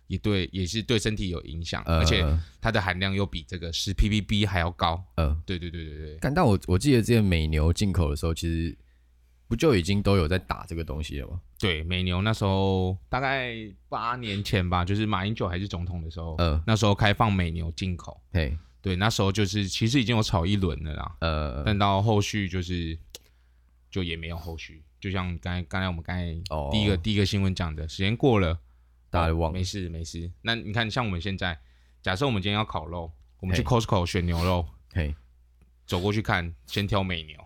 Speaker 2: 也对，也是对身体有影响，
Speaker 1: 呃，
Speaker 2: 而且它的含量又比这个十 ppb 还要高。
Speaker 1: 呃，
Speaker 2: 对对对对对，
Speaker 1: 感但我我记得之前美牛进口的时候，其实不就已经都有在打这个东西了吗？
Speaker 2: 对美牛那时候大概八年前吧，就是马英九还是总统的时候，
Speaker 1: 嗯
Speaker 2: 那时候开放美牛进口，
Speaker 1: 嘿，
Speaker 2: 对，那时候就是其实已经有炒一轮了啦，
Speaker 1: 呃，
Speaker 2: 但到后续就是就也没有后续，就像刚才刚才我们刚才
Speaker 1: 哦
Speaker 2: 第一个、第一个新闻讲的，时间过了，
Speaker 1: 大家
Speaker 2: 哦
Speaker 1: 都忘了
Speaker 2: 没事没事。那你看，像我们现在，假设我们今天要烤肉，我们去
Speaker 1: 嘿
Speaker 2: Costco 选牛肉，
Speaker 1: 嘿，
Speaker 2: 走过去看，先挑 美牛，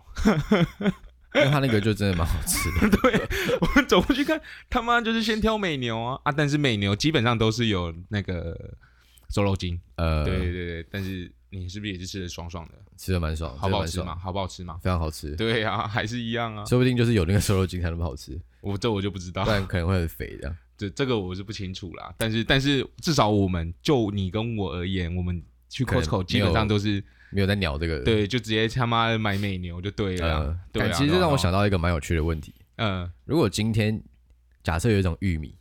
Speaker 1: 因为它那个就真的蛮好吃的。
Speaker 2: 我们走过去看，他妈就是先挑美牛啊啊！但是美牛基本上都是有那个瘦肉精，
Speaker 1: 呃，
Speaker 2: 对对对对，但是你是不是也是吃的爽爽的，
Speaker 1: 吃的蛮爽，
Speaker 2: 好不好吃
Speaker 1: 真的
Speaker 2: 嘛？
Speaker 1: 蛮爽？
Speaker 2: 好不好吃嘛？
Speaker 1: 非常好吃，
Speaker 2: 对啊，还是一 样啊，
Speaker 1: 说不定就是有那个瘦肉精才那么好吃，
Speaker 2: 我这我就不知道
Speaker 1: 不。然可能会很肥这样。
Speaker 2: 这这个我是不清楚啦，但是但是至少我们就你跟我而言，我们去
Speaker 1: 可能
Speaker 2: Costco
Speaker 1: 没
Speaker 2: 基本
Speaker 1: 有
Speaker 2: 上都是
Speaker 1: 没有在鸟这个，，
Speaker 2: 对，就直接他妈买美牛就对了
Speaker 1: 呃
Speaker 2: 啦。，对啊，
Speaker 1: 但其实
Speaker 2: 对
Speaker 1: 这
Speaker 2: 啊
Speaker 1: 让我想，到一个蛮有趣的问题：
Speaker 2: 嗯、
Speaker 1: 如果今天假设有一种玉米，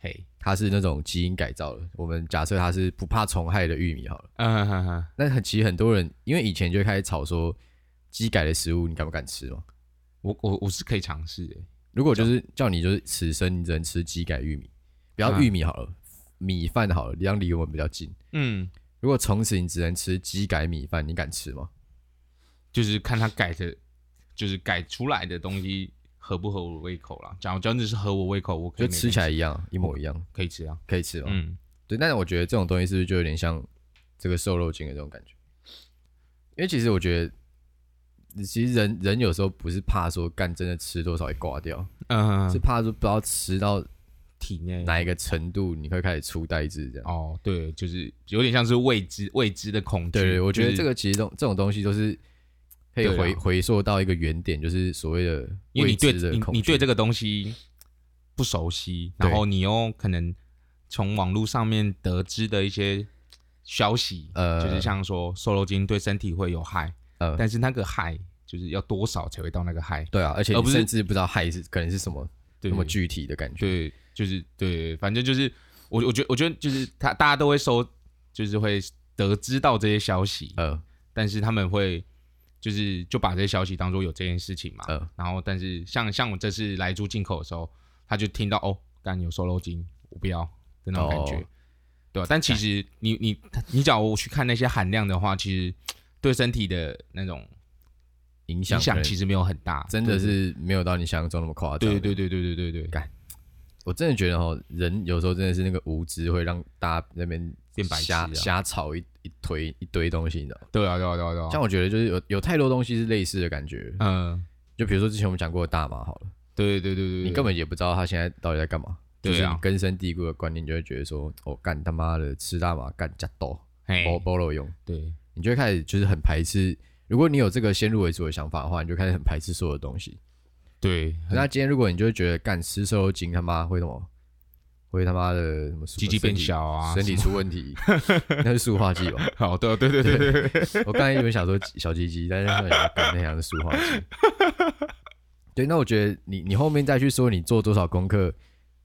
Speaker 2: 嘿，
Speaker 1: 它是那种基因改造的，我们假设它是不怕虫害的玉米好了，
Speaker 2: 嗯哼哼，
Speaker 1: 那很其实很多人因为以前就会开始吵说基改的食物你敢不敢吃嘛？
Speaker 2: 我我我是可以尝试的，
Speaker 1: 如果就是叫你就是此生你只能吃基改玉米，不要
Speaker 2: 嗯
Speaker 1: 玉米好了，米饭好了，这样离我们比较近。
Speaker 2: 嗯，
Speaker 1: 如果从此你只能吃基改米饭，你敢吃吗？
Speaker 2: 就是看他改的，就是改出来的东西合不合我胃口啦。假如真的是合我胃口，我可以
Speaker 1: 就
Speaker 2: 每
Speaker 1: 吃
Speaker 2: 天
Speaker 1: 起来一样，一模一样，
Speaker 2: 可以吃啊，
Speaker 1: 可以吃吗？
Speaker 2: 嗯，
Speaker 1: 对，但是我觉得这种东西是不是就有点像这个瘦肉精的这种感觉？因为其实我觉得，其实人人有时候不是怕说干真的吃多少会挂掉，
Speaker 2: 嗯、
Speaker 1: 是怕说不要吃到
Speaker 2: 体内
Speaker 1: 哪一个程度你会开始出代志这样。
Speaker 2: 哦，对，就是有点像是未知未知的恐惧。
Speaker 1: 对对，我觉得
Speaker 2: 就是
Speaker 1: 这个其实这种这种东西都是可以
Speaker 2: 对啊
Speaker 1: 回回溯到一个原点，就是所谓的
Speaker 2: 因为
Speaker 1: 未
Speaker 2: 你对
Speaker 1: 知的
Speaker 2: 你
Speaker 1: 恐
Speaker 2: 你对
Speaker 1: 惧。
Speaker 2: 这个东西不熟悉，
Speaker 1: 对
Speaker 2: 然后你又可能从网络上面得知的一些消息，
Speaker 1: 呃
Speaker 2: 就是像说瘦肉精对身体会有害，
Speaker 1: 呃
Speaker 2: 但是那个害就是要多少才会到那个害，
Speaker 1: 对啊，而且
Speaker 2: 而
Speaker 1: 你
Speaker 2: 不是
Speaker 1: 甚至不知道害是可能是什么
Speaker 2: 对
Speaker 1: 什么具体的感觉。
Speaker 2: 对，就是对，反正就是我我觉得我觉得就是他大家都会收，就是会得知到这些消息，
Speaker 1: 呃，
Speaker 2: 但是他们会就是就把这些消息当做有这件事情嘛。
Speaker 1: 嗯
Speaker 2: 然后，但是像像我这次来猪进口的时候，他就听到哦，干有瘦肉精，我不要的那种感觉，
Speaker 1: 哦
Speaker 2: 对啊吧、但其实你你你假如我去看那些含量的话，其实对身体的那种
Speaker 1: 影响
Speaker 2: 影
Speaker 1: 可
Speaker 2: 响
Speaker 1: 能
Speaker 2: 其实没有很大，
Speaker 1: 真的是没有到你想象中那么夸张。
Speaker 2: 对。对对对对对对对，
Speaker 1: 我真的觉得哦，人有时候真的是那个无知会让大家那边
Speaker 2: 变白痴
Speaker 1: 瞎
Speaker 2: 啊
Speaker 1: 瞎炒一一堆一堆东西，你知道吗？
Speaker 2: 对啊对啊对啊对啊，
Speaker 1: 像我觉得就是有有太多东西是类似的感觉，
Speaker 2: 嗯，
Speaker 1: 就比如说之前我们讲过的大麻
Speaker 2: 啊
Speaker 1: 好了，
Speaker 2: 对对对对对，
Speaker 1: 你根本也不知道他现在到底在干嘛，就是
Speaker 2: 对啊
Speaker 1: 你根深蒂固的观念，你就会觉得说，哦，干他妈的吃大麻干假豆，
Speaker 2: 哎
Speaker 1: 包包肉用，
Speaker 2: 对
Speaker 1: 你就会开始就是很排斥。如果你有这个先入为主的想法的话，你就开始很排斥所有东西。
Speaker 2: 对，
Speaker 1: 那今天如果你就会觉得干吃瘦肉精他妈会什么，会他妈的什么
Speaker 2: 鸡鸡变小啊
Speaker 1: 身， 体出问 题，那是塑化剂吧？
Speaker 2: 好对啊对对对对对，
Speaker 1: 我刚才原本想说小鸡鸡，但是后来想干那样的塑化剂。对，那我觉得你你后面再去说你做多少功课，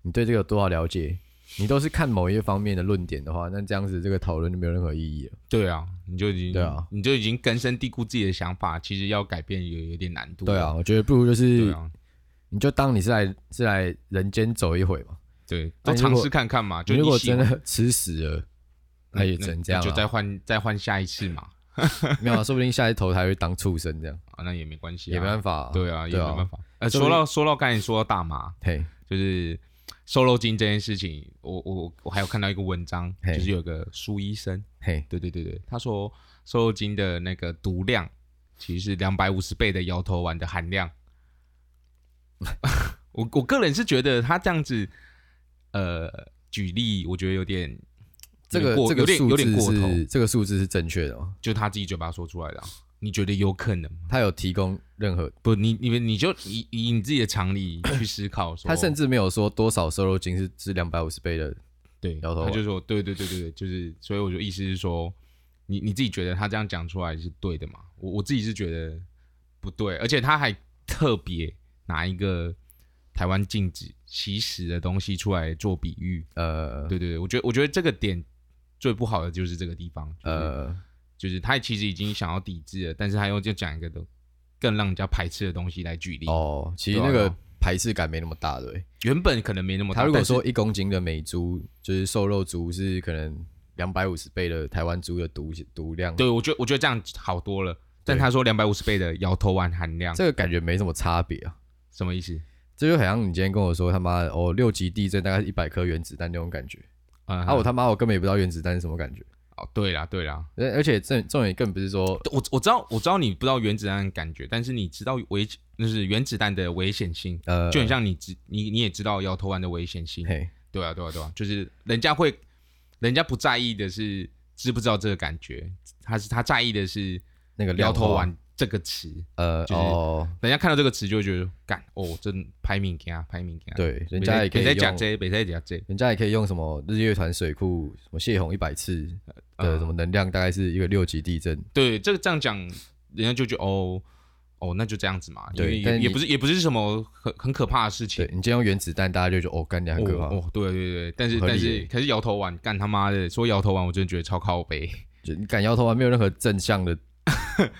Speaker 1: 你对这个有多少了解，你都是看某一个方面的论点的话，那这样子这个讨论就没有任何意义了。
Speaker 2: 对啊，你就已经
Speaker 1: 对啊，
Speaker 2: 你就已经根深蒂固自己的想法，其实要改变有有点难度。
Speaker 1: 对啊，，我觉得不如就是、
Speaker 2: 对啊，
Speaker 1: 你就当你是来是来人间走一回嘛。
Speaker 2: 对，
Speaker 1: 那
Speaker 2: 都
Speaker 1: 如
Speaker 2: 尝
Speaker 1: 果
Speaker 2: 试看看嘛。就
Speaker 1: 你如
Speaker 2: 你
Speaker 1: 果
Speaker 2: 喜
Speaker 1: 真
Speaker 2: 欢
Speaker 1: 的吃屎了，嗯那也
Speaker 2: 那
Speaker 1: 只能
Speaker 2: 那
Speaker 1: 这样、
Speaker 2: 就
Speaker 1: 啊
Speaker 2: 再。换再换下一次嘛，
Speaker 1: 没有、啊，说不定下一头还会当畜生这 样，
Speaker 2: 啊，那也没关系，
Speaker 1: 也没办。法、
Speaker 2: 对啊，也
Speaker 1: 对
Speaker 2: 没
Speaker 1: 啊
Speaker 2: 办法。呃，
Speaker 1: 说不
Speaker 2: 说到说到刚才说到大麻，
Speaker 1: 嘿，
Speaker 2: 就是瘦肉精这件事情，我我我还有看到一个文章，
Speaker 1: 嘿
Speaker 2: 就是有个苏医生，
Speaker 1: 嘿，
Speaker 2: 对对对对，他说瘦肉精的那个毒量其实是两百五十倍的摇头丸的含量。 我我个人是觉得他这样子，呃，举例我觉得有点
Speaker 1: 这个
Speaker 2: 有点过
Speaker 1: 这个
Speaker 2: 有点
Speaker 1: 数
Speaker 2: 有
Speaker 1: 字
Speaker 2: 点过头，
Speaker 1: 是这个数字是正确的、哦，
Speaker 2: 就他自己嘴巴说出来的啊、你觉得有可能吗？
Speaker 1: 他有提供任何，
Speaker 2: 不，你你们你就以以你自己的常理去思考说，
Speaker 1: 他甚至没有说多少瘦肉精是是两百五十倍的，
Speaker 2: 对，
Speaker 1: 摇头
Speaker 2: 他
Speaker 1: 丸
Speaker 2: 就说对对对对对，就是，所以我就意思是说，你你自己觉得他这样讲出来是对的嘛？我我自己是觉得不对，而且他还特别拿一个台湾禁止吸食的东西出来做比喻，
Speaker 1: 呃
Speaker 2: 对对对，我觉得我觉得这个点最不好的就是这个地方，就是、
Speaker 1: 呃，
Speaker 2: 就是他其实已经想要抵制了，但是他又就讲一个都更让人家排斥的东西来举例，
Speaker 1: 哦，其实
Speaker 2: 对啊
Speaker 1: 那
Speaker 2: 对
Speaker 1: 个
Speaker 2: 啊
Speaker 1: 排斥感没那么大，对。
Speaker 2: 原本可能没那么大，
Speaker 1: 他如果
Speaker 2: 但是
Speaker 1: 说一公斤的美猪就是瘦肉猪是可能两百五十倍的台湾猪的毒毒量，
Speaker 2: 对我觉得我觉得这样好多了。但
Speaker 1: 对
Speaker 2: 他说两百五十倍的摇头丸含量，
Speaker 1: 这个感觉没什么差别啊。
Speaker 2: 什么意思？
Speaker 1: 这就好像你今天跟我说他妈的哦六级地震大概一百颗原子弹那种感觉，
Speaker 2: 啊
Speaker 1: 啊我他妈我根本也不知道原子弹是什么感觉，
Speaker 2: 哦，对啦，对啦，
Speaker 1: 而而且重重点更不是说
Speaker 2: 我我知道，我知道你不知道原子弹的感觉，但是你知道危，就是原子弹的危险性，
Speaker 1: 呃
Speaker 2: 就很像你知你你也知道摇头丸的危险性，
Speaker 1: 嘿
Speaker 2: 对啊，对啊，对啊，就是人家会，人家不在意的是知不知道这个感觉，他是他在意的是
Speaker 1: 那个
Speaker 2: 摇
Speaker 1: 量
Speaker 2: 头
Speaker 1: 化
Speaker 2: 丸这个词，
Speaker 1: 呃
Speaker 2: 就是
Speaker 1: 哦
Speaker 2: 人家看到这个词就会觉得干哦，真排名给啊，排名给啊，，
Speaker 1: 对，人家也可以
Speaker 2: 在讲
Speaker 1: 用，
Speaker 2: 这，别再讲这，
Speaker 1: 人家也可以用什么日月潭水库什么泄洪一百次的
Speaker 2: 嗯
Speaker 1: 什么能量，大概是一个六级地震。
Speaker 2: 对，这个这样讲，人家就觉得哦哦，那就这样子嘛，因
Speaker 1: 对
Speaker 2: 为
Speaker 1: 但是
Speaker 2: 也也
Speaker 1: 你
Speaker 2: 不是也不是什么很很可怕的事情
Speaker 1: 对。你今天用原子弹，大家就觉得哦，干你很可怕
Speaker 2: 哦。哦，对对对，但是
Speaker 1: 合理
Speaker 2: 但
Speaker 1: 耶
Speaker 2: 是可是摇头丸干他妈的，说摇头丸我真的觉得超靠 背，
Speaker 1: 就你敢摇头啊，没有任何正向 的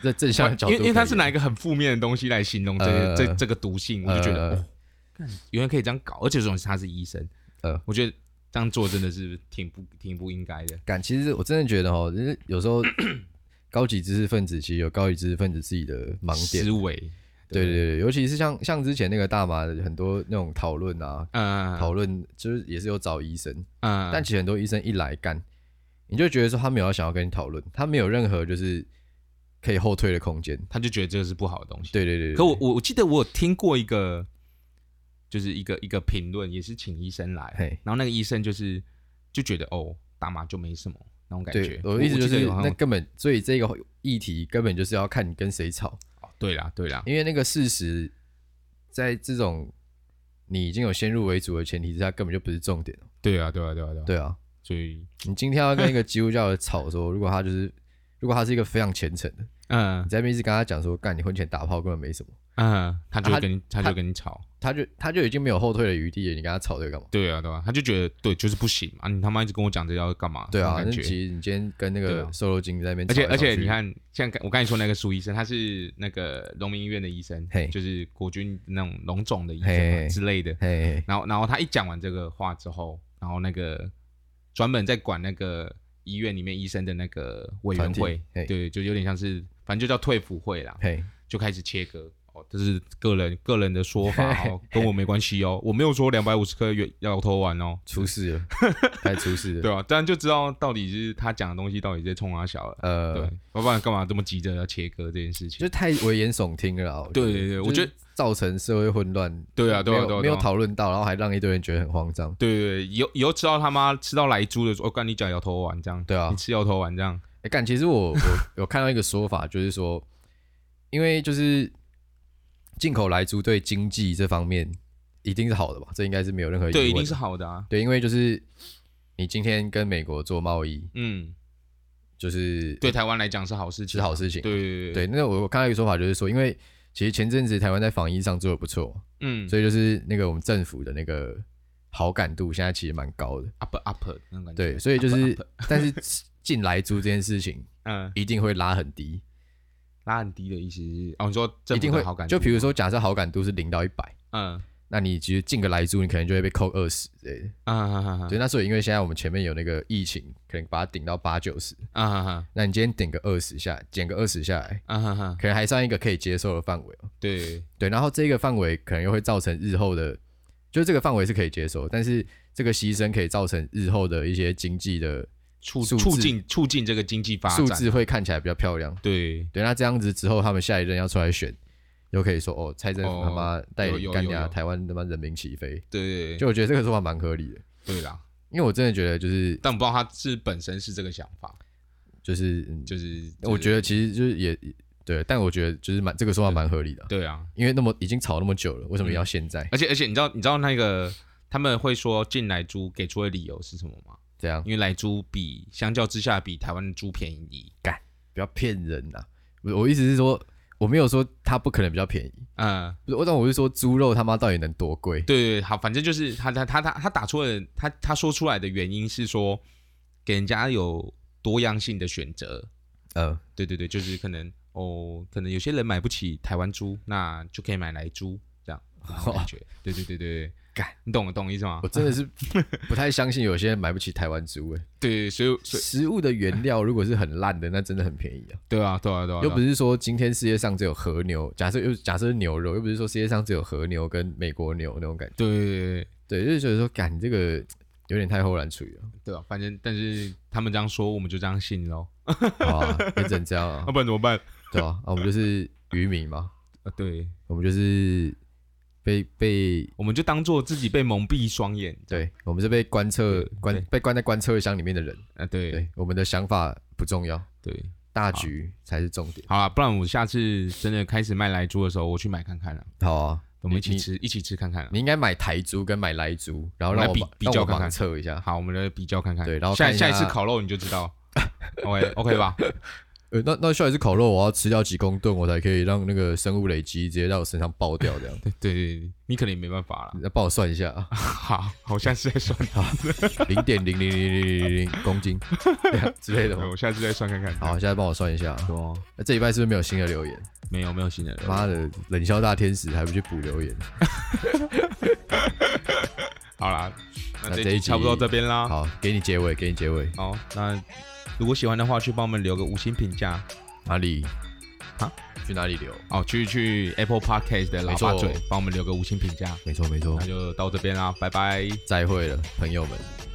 Speaker 1: 在正向的角度
Speaker 2: 因为
Speaker 1: 可以，
Speaker 2: 因为他是拿一个很负面的东西来形容这个、
Speaker 1: 呃
Speaker 2: 这这个毒性，我就觉得、
Speaker 1: 呃
Speaker 2: 哦，原来可以这样搞，而且这种他是医生，
Speaker 1: 呃
Speaker 2: 我觉得这样做真的是挺不挺不应该的，
Speaker 1: 敢。其实我真的觉得哦，就是有时 候高级知识分子其实有高级知识分子自己的盲点
Speaker 2: 思。维，
Speaker 1: 对对对，尤其是像像之前那个大麻的很多那种讨论啊，
Speaker 2: 嗯嗯
Speaker 1: 讨论就是也是有找医生，
Speaker 2: 嗯，
Speaker 1: 但其实很多医生一来干，你就觉得说他没有要想要跟你讨论，他没有任何就是可以后退的空间。
Speaker 2: 他就觉得这个是不好的东西。
Speaker 1: 对对对，对
Speaker 2: 可我我我记得我有听过一个就是一个一个评论，也是请医生来，
Speaker 1: 嘿，
Speaker 2: 然后那个医生就是就觉得哦，打麻就没什么那种感觉
Speaker 1: 对，。我的意思
Speaker 2: 记
Speaker 1: 就
Speaker 2: 得
Speaker 1: 是
Speaker 2: 有好
Speaker 1: 那
Speaker 2: 像
Speaker 1: 根本，所以这个议题根本就是要看你跟谁吵，
Speaker 2: 哦对啦对啦，
Speaker 1: 因为那个事实，在这种你已经有先入为主的前提之下，根本就不是重点。
Speaker 2: 对啊对啊对啊对啊，
Speaker 1: 对啊，
Speaker 2: 所以
Speaker 1: 你今天要跟一个基督教的吵的时候，如果他就是，如果他是一个非常虔诚的，
Speaker 2: 嗯
Speaker 1: 你在那边一直跟他讲说，干你婚前打炮根本没什么，
Speaker 2: 嗯，他就
Speaker 1: 啊他
Speaker 2: 会跟你他
Speaker 1: 他
Speaker 2: 就跟你吵，
Speaker 1: 他就他就已经没有后退的余地了，你跟他吵这个干嘛？
Speaker 2: 对啊对啊，他就觉得对就是不行啊，你他妈一直跟我讲这要干嘛？
Speaker 1: 对
Speaker 2: 那
Speaker 1: 啊
Speaker 2: 种，
Speaker 1: 那
Speaker 2: 感
Speaker 1: 其
Speaker 2: 觉。
Speaker 1: 实你今天跟那
Speaker 2: 对
Speaker 1: 个
Speaker 2: 啊
Speaker 1: 瘦肉精在那边
Speaker 2: 而
Speaker 1: 吵来吵
Speaker 2: 且
Speaker 1: 去，
Speaker 2: 而且你看，像刚我刚才说那个苏医生，他是那个农民医院的医生
Speaker 1: 嘿，
Speaker 2: 就是国军那种龙种的医
Speaker 1: 嘿
Speaker 2: 生
Speaker 1: 嘿
Speaker 2: 嘛之类的。
Speaker 1: 嘿，嘿，
Speaker 2: 然后然后他一讲完这个话之后，然后那个专门在管那个医院里面医生的那个委员
Speaker 1: 团
Speaker 2: 会
Speaker 1: 体嘿，
Speaker 2: 对，就有点像是反正就叫退辅会啦，
Speaker 1: 嘿，
Speaker 2: 就开始切割。哦，这是个人个人的说 法哦，跟我没关系哦，我没有说两百五十颗摇头丸哦，
Speaker 1: 出事了，该出事了，
Speaker 2: 对啊，当然就知道到底是他讲的东西到底在冲他小了。
Speaker 1: 呃，
Speaker 2: 对，啊要不然干嘛这么急着要切割这件事情？
Speaker 1: 就太危言耸听了啦。
Speaker 2: 对对对我觉得
Speaker 1: 就是造成社会混乱，
Speaker 2: 对啊，对啊，
Speaker 1: 没
Speaker 2: 对
Speaker 1: 有
Speaker 2: 啊，
Speaker 1: 没有
Speaker 2: 对啊
Speaker 1: 讨论到，然后还让一堆人觉得很慌张。
Speaker 2: 对对对，以后以后吃到他妈吃到来猪的时候，我、哦、干你讲摇头丸这样，
Speaker 1: 对啊
Speaker 2: 你吃摇头丸这样，
Speaker 1: 哎，干，其实我我有看到一个说法，就是说，因为就是进口来猪对经济这方面一定是好的吧？这应该是没有任何疑问的。
Speaker 2: 对，一定是好的啊，
Speaker 1: 对，因为就是你今天跟美国做贸易，
Speaker 2: 嗯，
Speaker 1: 就是
Speaker 2: 对台湾来讲是好事情
Speaker 1: 是
Speaker 2: 啊，
Speaker 1: 好事情。
Speaker 2: 对对
Speaker 1: 对，
Speaker 2: 对
Speaker 1: 那我我看到一个说法，就是说，因为其实前阵子台湾在防疫上做的不错，
Speaker 2: 嗯，
Speaker 1: 所以就是那个我们政府的那个好感度现在其实蛮高的。
Speaker 2: up up 那种感觉，
Speaker 1: 对，所以就是
Speaker 2: up，up，
Speaker 1: 但是进来租这件事情
Speaker 2: 嗯，
Speaker 1: 一定会拉很低，
Speaker 2: 拉很低的意思是，哦，你说政
Speaker 1: 一
Speaker 2: 府
Speaker 1: 定
Speaker 2: 的
Speaker 1: 会
Speaker 2: 好感度，哦
Speaker 1: 就比如说，假设好感度是零到一百，
Speaker 2: 嗯
Speaker 1: 那你其实进个来租，你可能就会被扣二十之类的。
Speaker 2: 啊哈哈哈
Speaker 1: 对，那所以因为现在我们前面有那个疫情，可能把它顶到八九十，
Speaker 2: 啊哈哈
Speaker 1: 那你今天顶个二十下，减个二十下来，
Speaker 2: 啊哈哈，
Speaker 1: 可能还算一个可以接受的范围哦。
Speaker 2: 对，
Speaker 1: 对，然后这个范围可能又会造成日后的，就是这个范围是可以接受，但是这个牺牲可以造成日后的一些经济的
Speaker 2: 促
Speaker 1: 数字
Speaker 2: 促进促进这个经济发
Speaker 1: 数
Speaker 2: 展，
Speaker 1: 字会看起来比较漂亮。
Speaker 2: 对，
Speaker 1: 对，那这样子之后，他们下一任要出来选，又可以说哦，蔡政府他妈
Speaker 2: 哦
Speaker 1: 带
Speaker 2: 有
Speaker 1: 领
Speaker 2: 有
Speaker 1: 干
Speaker 2: 有
Speaker 1: 掉
Speaker 2: 有
Speaker 1: 台湾他妈人民起飞，
Speaker 2: 对对
Speaker 1: 就我觉得这个说法蛮合理的，
Speaker 2: 对啦，
Speaker 1: 因为我真的觉得就是
Speaker 2: 但我不知道他是本身是这个想法，
Speaker 1: 就是，嗯
Speaker 2: 就是
Speaker 1: 我觉
Speaker 2: 得
Speaker 1: 得其实就是也对，但我觉得就是蛮这个说法蛮合理的啊，
Speaker 2: 对嗯啊，
Speaker 1: 因为那么已经吵那么久了，为什么要现在、
Speaker 2: 而且而且你知道你知道那个他们会说进来猪给出的理由是什么吗？
Speaker 1: 这样？
Speaker 2: 因为来猪比相较之下比台湾的猪便宜，
Speaker 1: 不要骗人呐、我我意思是说，我没有说它不可能比较便宜，
Speaker 2: 嗯，
Speaker 1: 不是，我但我是说猪肉他妈到底能多贵？
Speaker 2: 对对，对好，反正就是他他他他他打出了他他说出来的原因是说给人家有多样性的选择，
Speaker 1: 嗯，
Speaker 2: 对对对，就是可能哦，可能有些人买不起台湾猪，那就可以买来猪这样那种感觉，对对对对对，
Speaker 1: 干，
Speaker 2: 你懂我懂我意思吗
Speaker 1: 我？真的 是不太相信有些人买不起台湾猪诶、
Speaker 2: 对，所以所以
Speaker 1: 食物的原料如果是很烂的，那真的很便宜啊，
Speaker 2: 对啊对啊对啊，
Speaker 1: 又不
Speaker 2: 是
Speaker 1: 是说今天世界上只有和牛，假设又假设是牛肉，又不是说世界上只有和牛跟美国牛那种感觉，
Speaker 2: 对对对对。
Speaker 1: 对，就是觉得说，干你这个有点太厚然处理了，
Speaker 2: 对啊，反正但是他们这样说，我们就这样信喽。
Speaker 1: 好啊，也只能这 样啊
Speaker 2: 要，不然怎么办？
Speaker 1: 对啊，啊，我们就是渔民嘛，
Speaker 2: 啊，对，
Speaker 1: 我们就是被被
Speaker 2: 我们就当做自己被蒙蔽双眼。
Speaker 1: 对，我们是被观测
Speaker 2: 对
Speaker 1: 关
Speaker 2: 对
Speaker 1: 被关在观测箱里面的人。
Speaker 2: 啊，对
Speaker 1: 对，我们的想法不重要，
Speaker 2: 对，
Speaker 1: 大局才是重点。
Speaker 2: 好了，不然我下次真的开始卖来猪的时候，我去买看看了，
Speaker 1: 好啊，
Speaker 2: 我们
Speaker 1: 你
Speaker 2: 一起吃，一起吃看看啊啦
Speaker 1: 你应该买台猪跟买莱猪，然后让
Speaker 2: 来
Speaker 1: 我
Speaker 2: 比
Speaker 1: 盲
Speaker 2: 比
Speaker 1: 让
Speaker 2: 较
Speaker 1: 我
Speaker 2: 看
Speaker 1: 盲
Speaker 2: 看
Speaker 1: 测一下。
Speaker 2: 好，我们来比较看看。
Speaker 1: 对然后
Speaker 2: 下
Speaker 1: 看一
Speaker 2: 下
Speaker 1: 下
Speaker 2: 一次烤肉你就知 道。OK OK 吧？
Speaker 1: 呃，那那下一次烤肉，我要吃掉几公吨，我才可以让那个生物累积直接在我身上爆掉，这 样。
Speaker 2: 对对对，你可能也没办法了。
Speaker 1: 那帮我算一下啊，
Speaker 2: 好，我下次再算，
Speaker 1: 零点零零零零零零零公 斤这样之类的
Speaker 2: 对
Speaker 1: 吗。
Speaker 2: 我下次再算看看。
Speaker 1: 好，，现在帮我算一下啊。
Speaker 2: 哦，
Speaker 1: 那这礼拜是不是没有新的留言？
Speaker 2: 没有没有新的了。
Speaker 1: 妈的，冷笑大天使还不去补留言？
Speaker 2: 好啦，那
Speaker 1: 那
Speaker 2: 这
Speaker 1: 这
Speaker 2: 一
Speaker 1: 一
Speaker 2: 集差不多
Speaker 1: 集
Speaker 2: 这边啦。
Speaker 1: 好，给你结尾，给你结尾。
Speaker 2: 好，那如果喜欢的话，去帮我们留个五星评价
Speaker 1: 哪里？
Speaker 2: 啊？
Speaker 1: 去哪里留？
Speaker 2: 哦，去去 Apple Podcast 的
Speaker 1: 没
Speaker 2: 喇
Speaker 1: 错
Speaker 2: 叭嘴帮我们留个五星评价，
Speaker 1: 没错没错
Speaker 2: 那，就到这边啦，拜拜。
Speaker 1: 再会了，朋友们。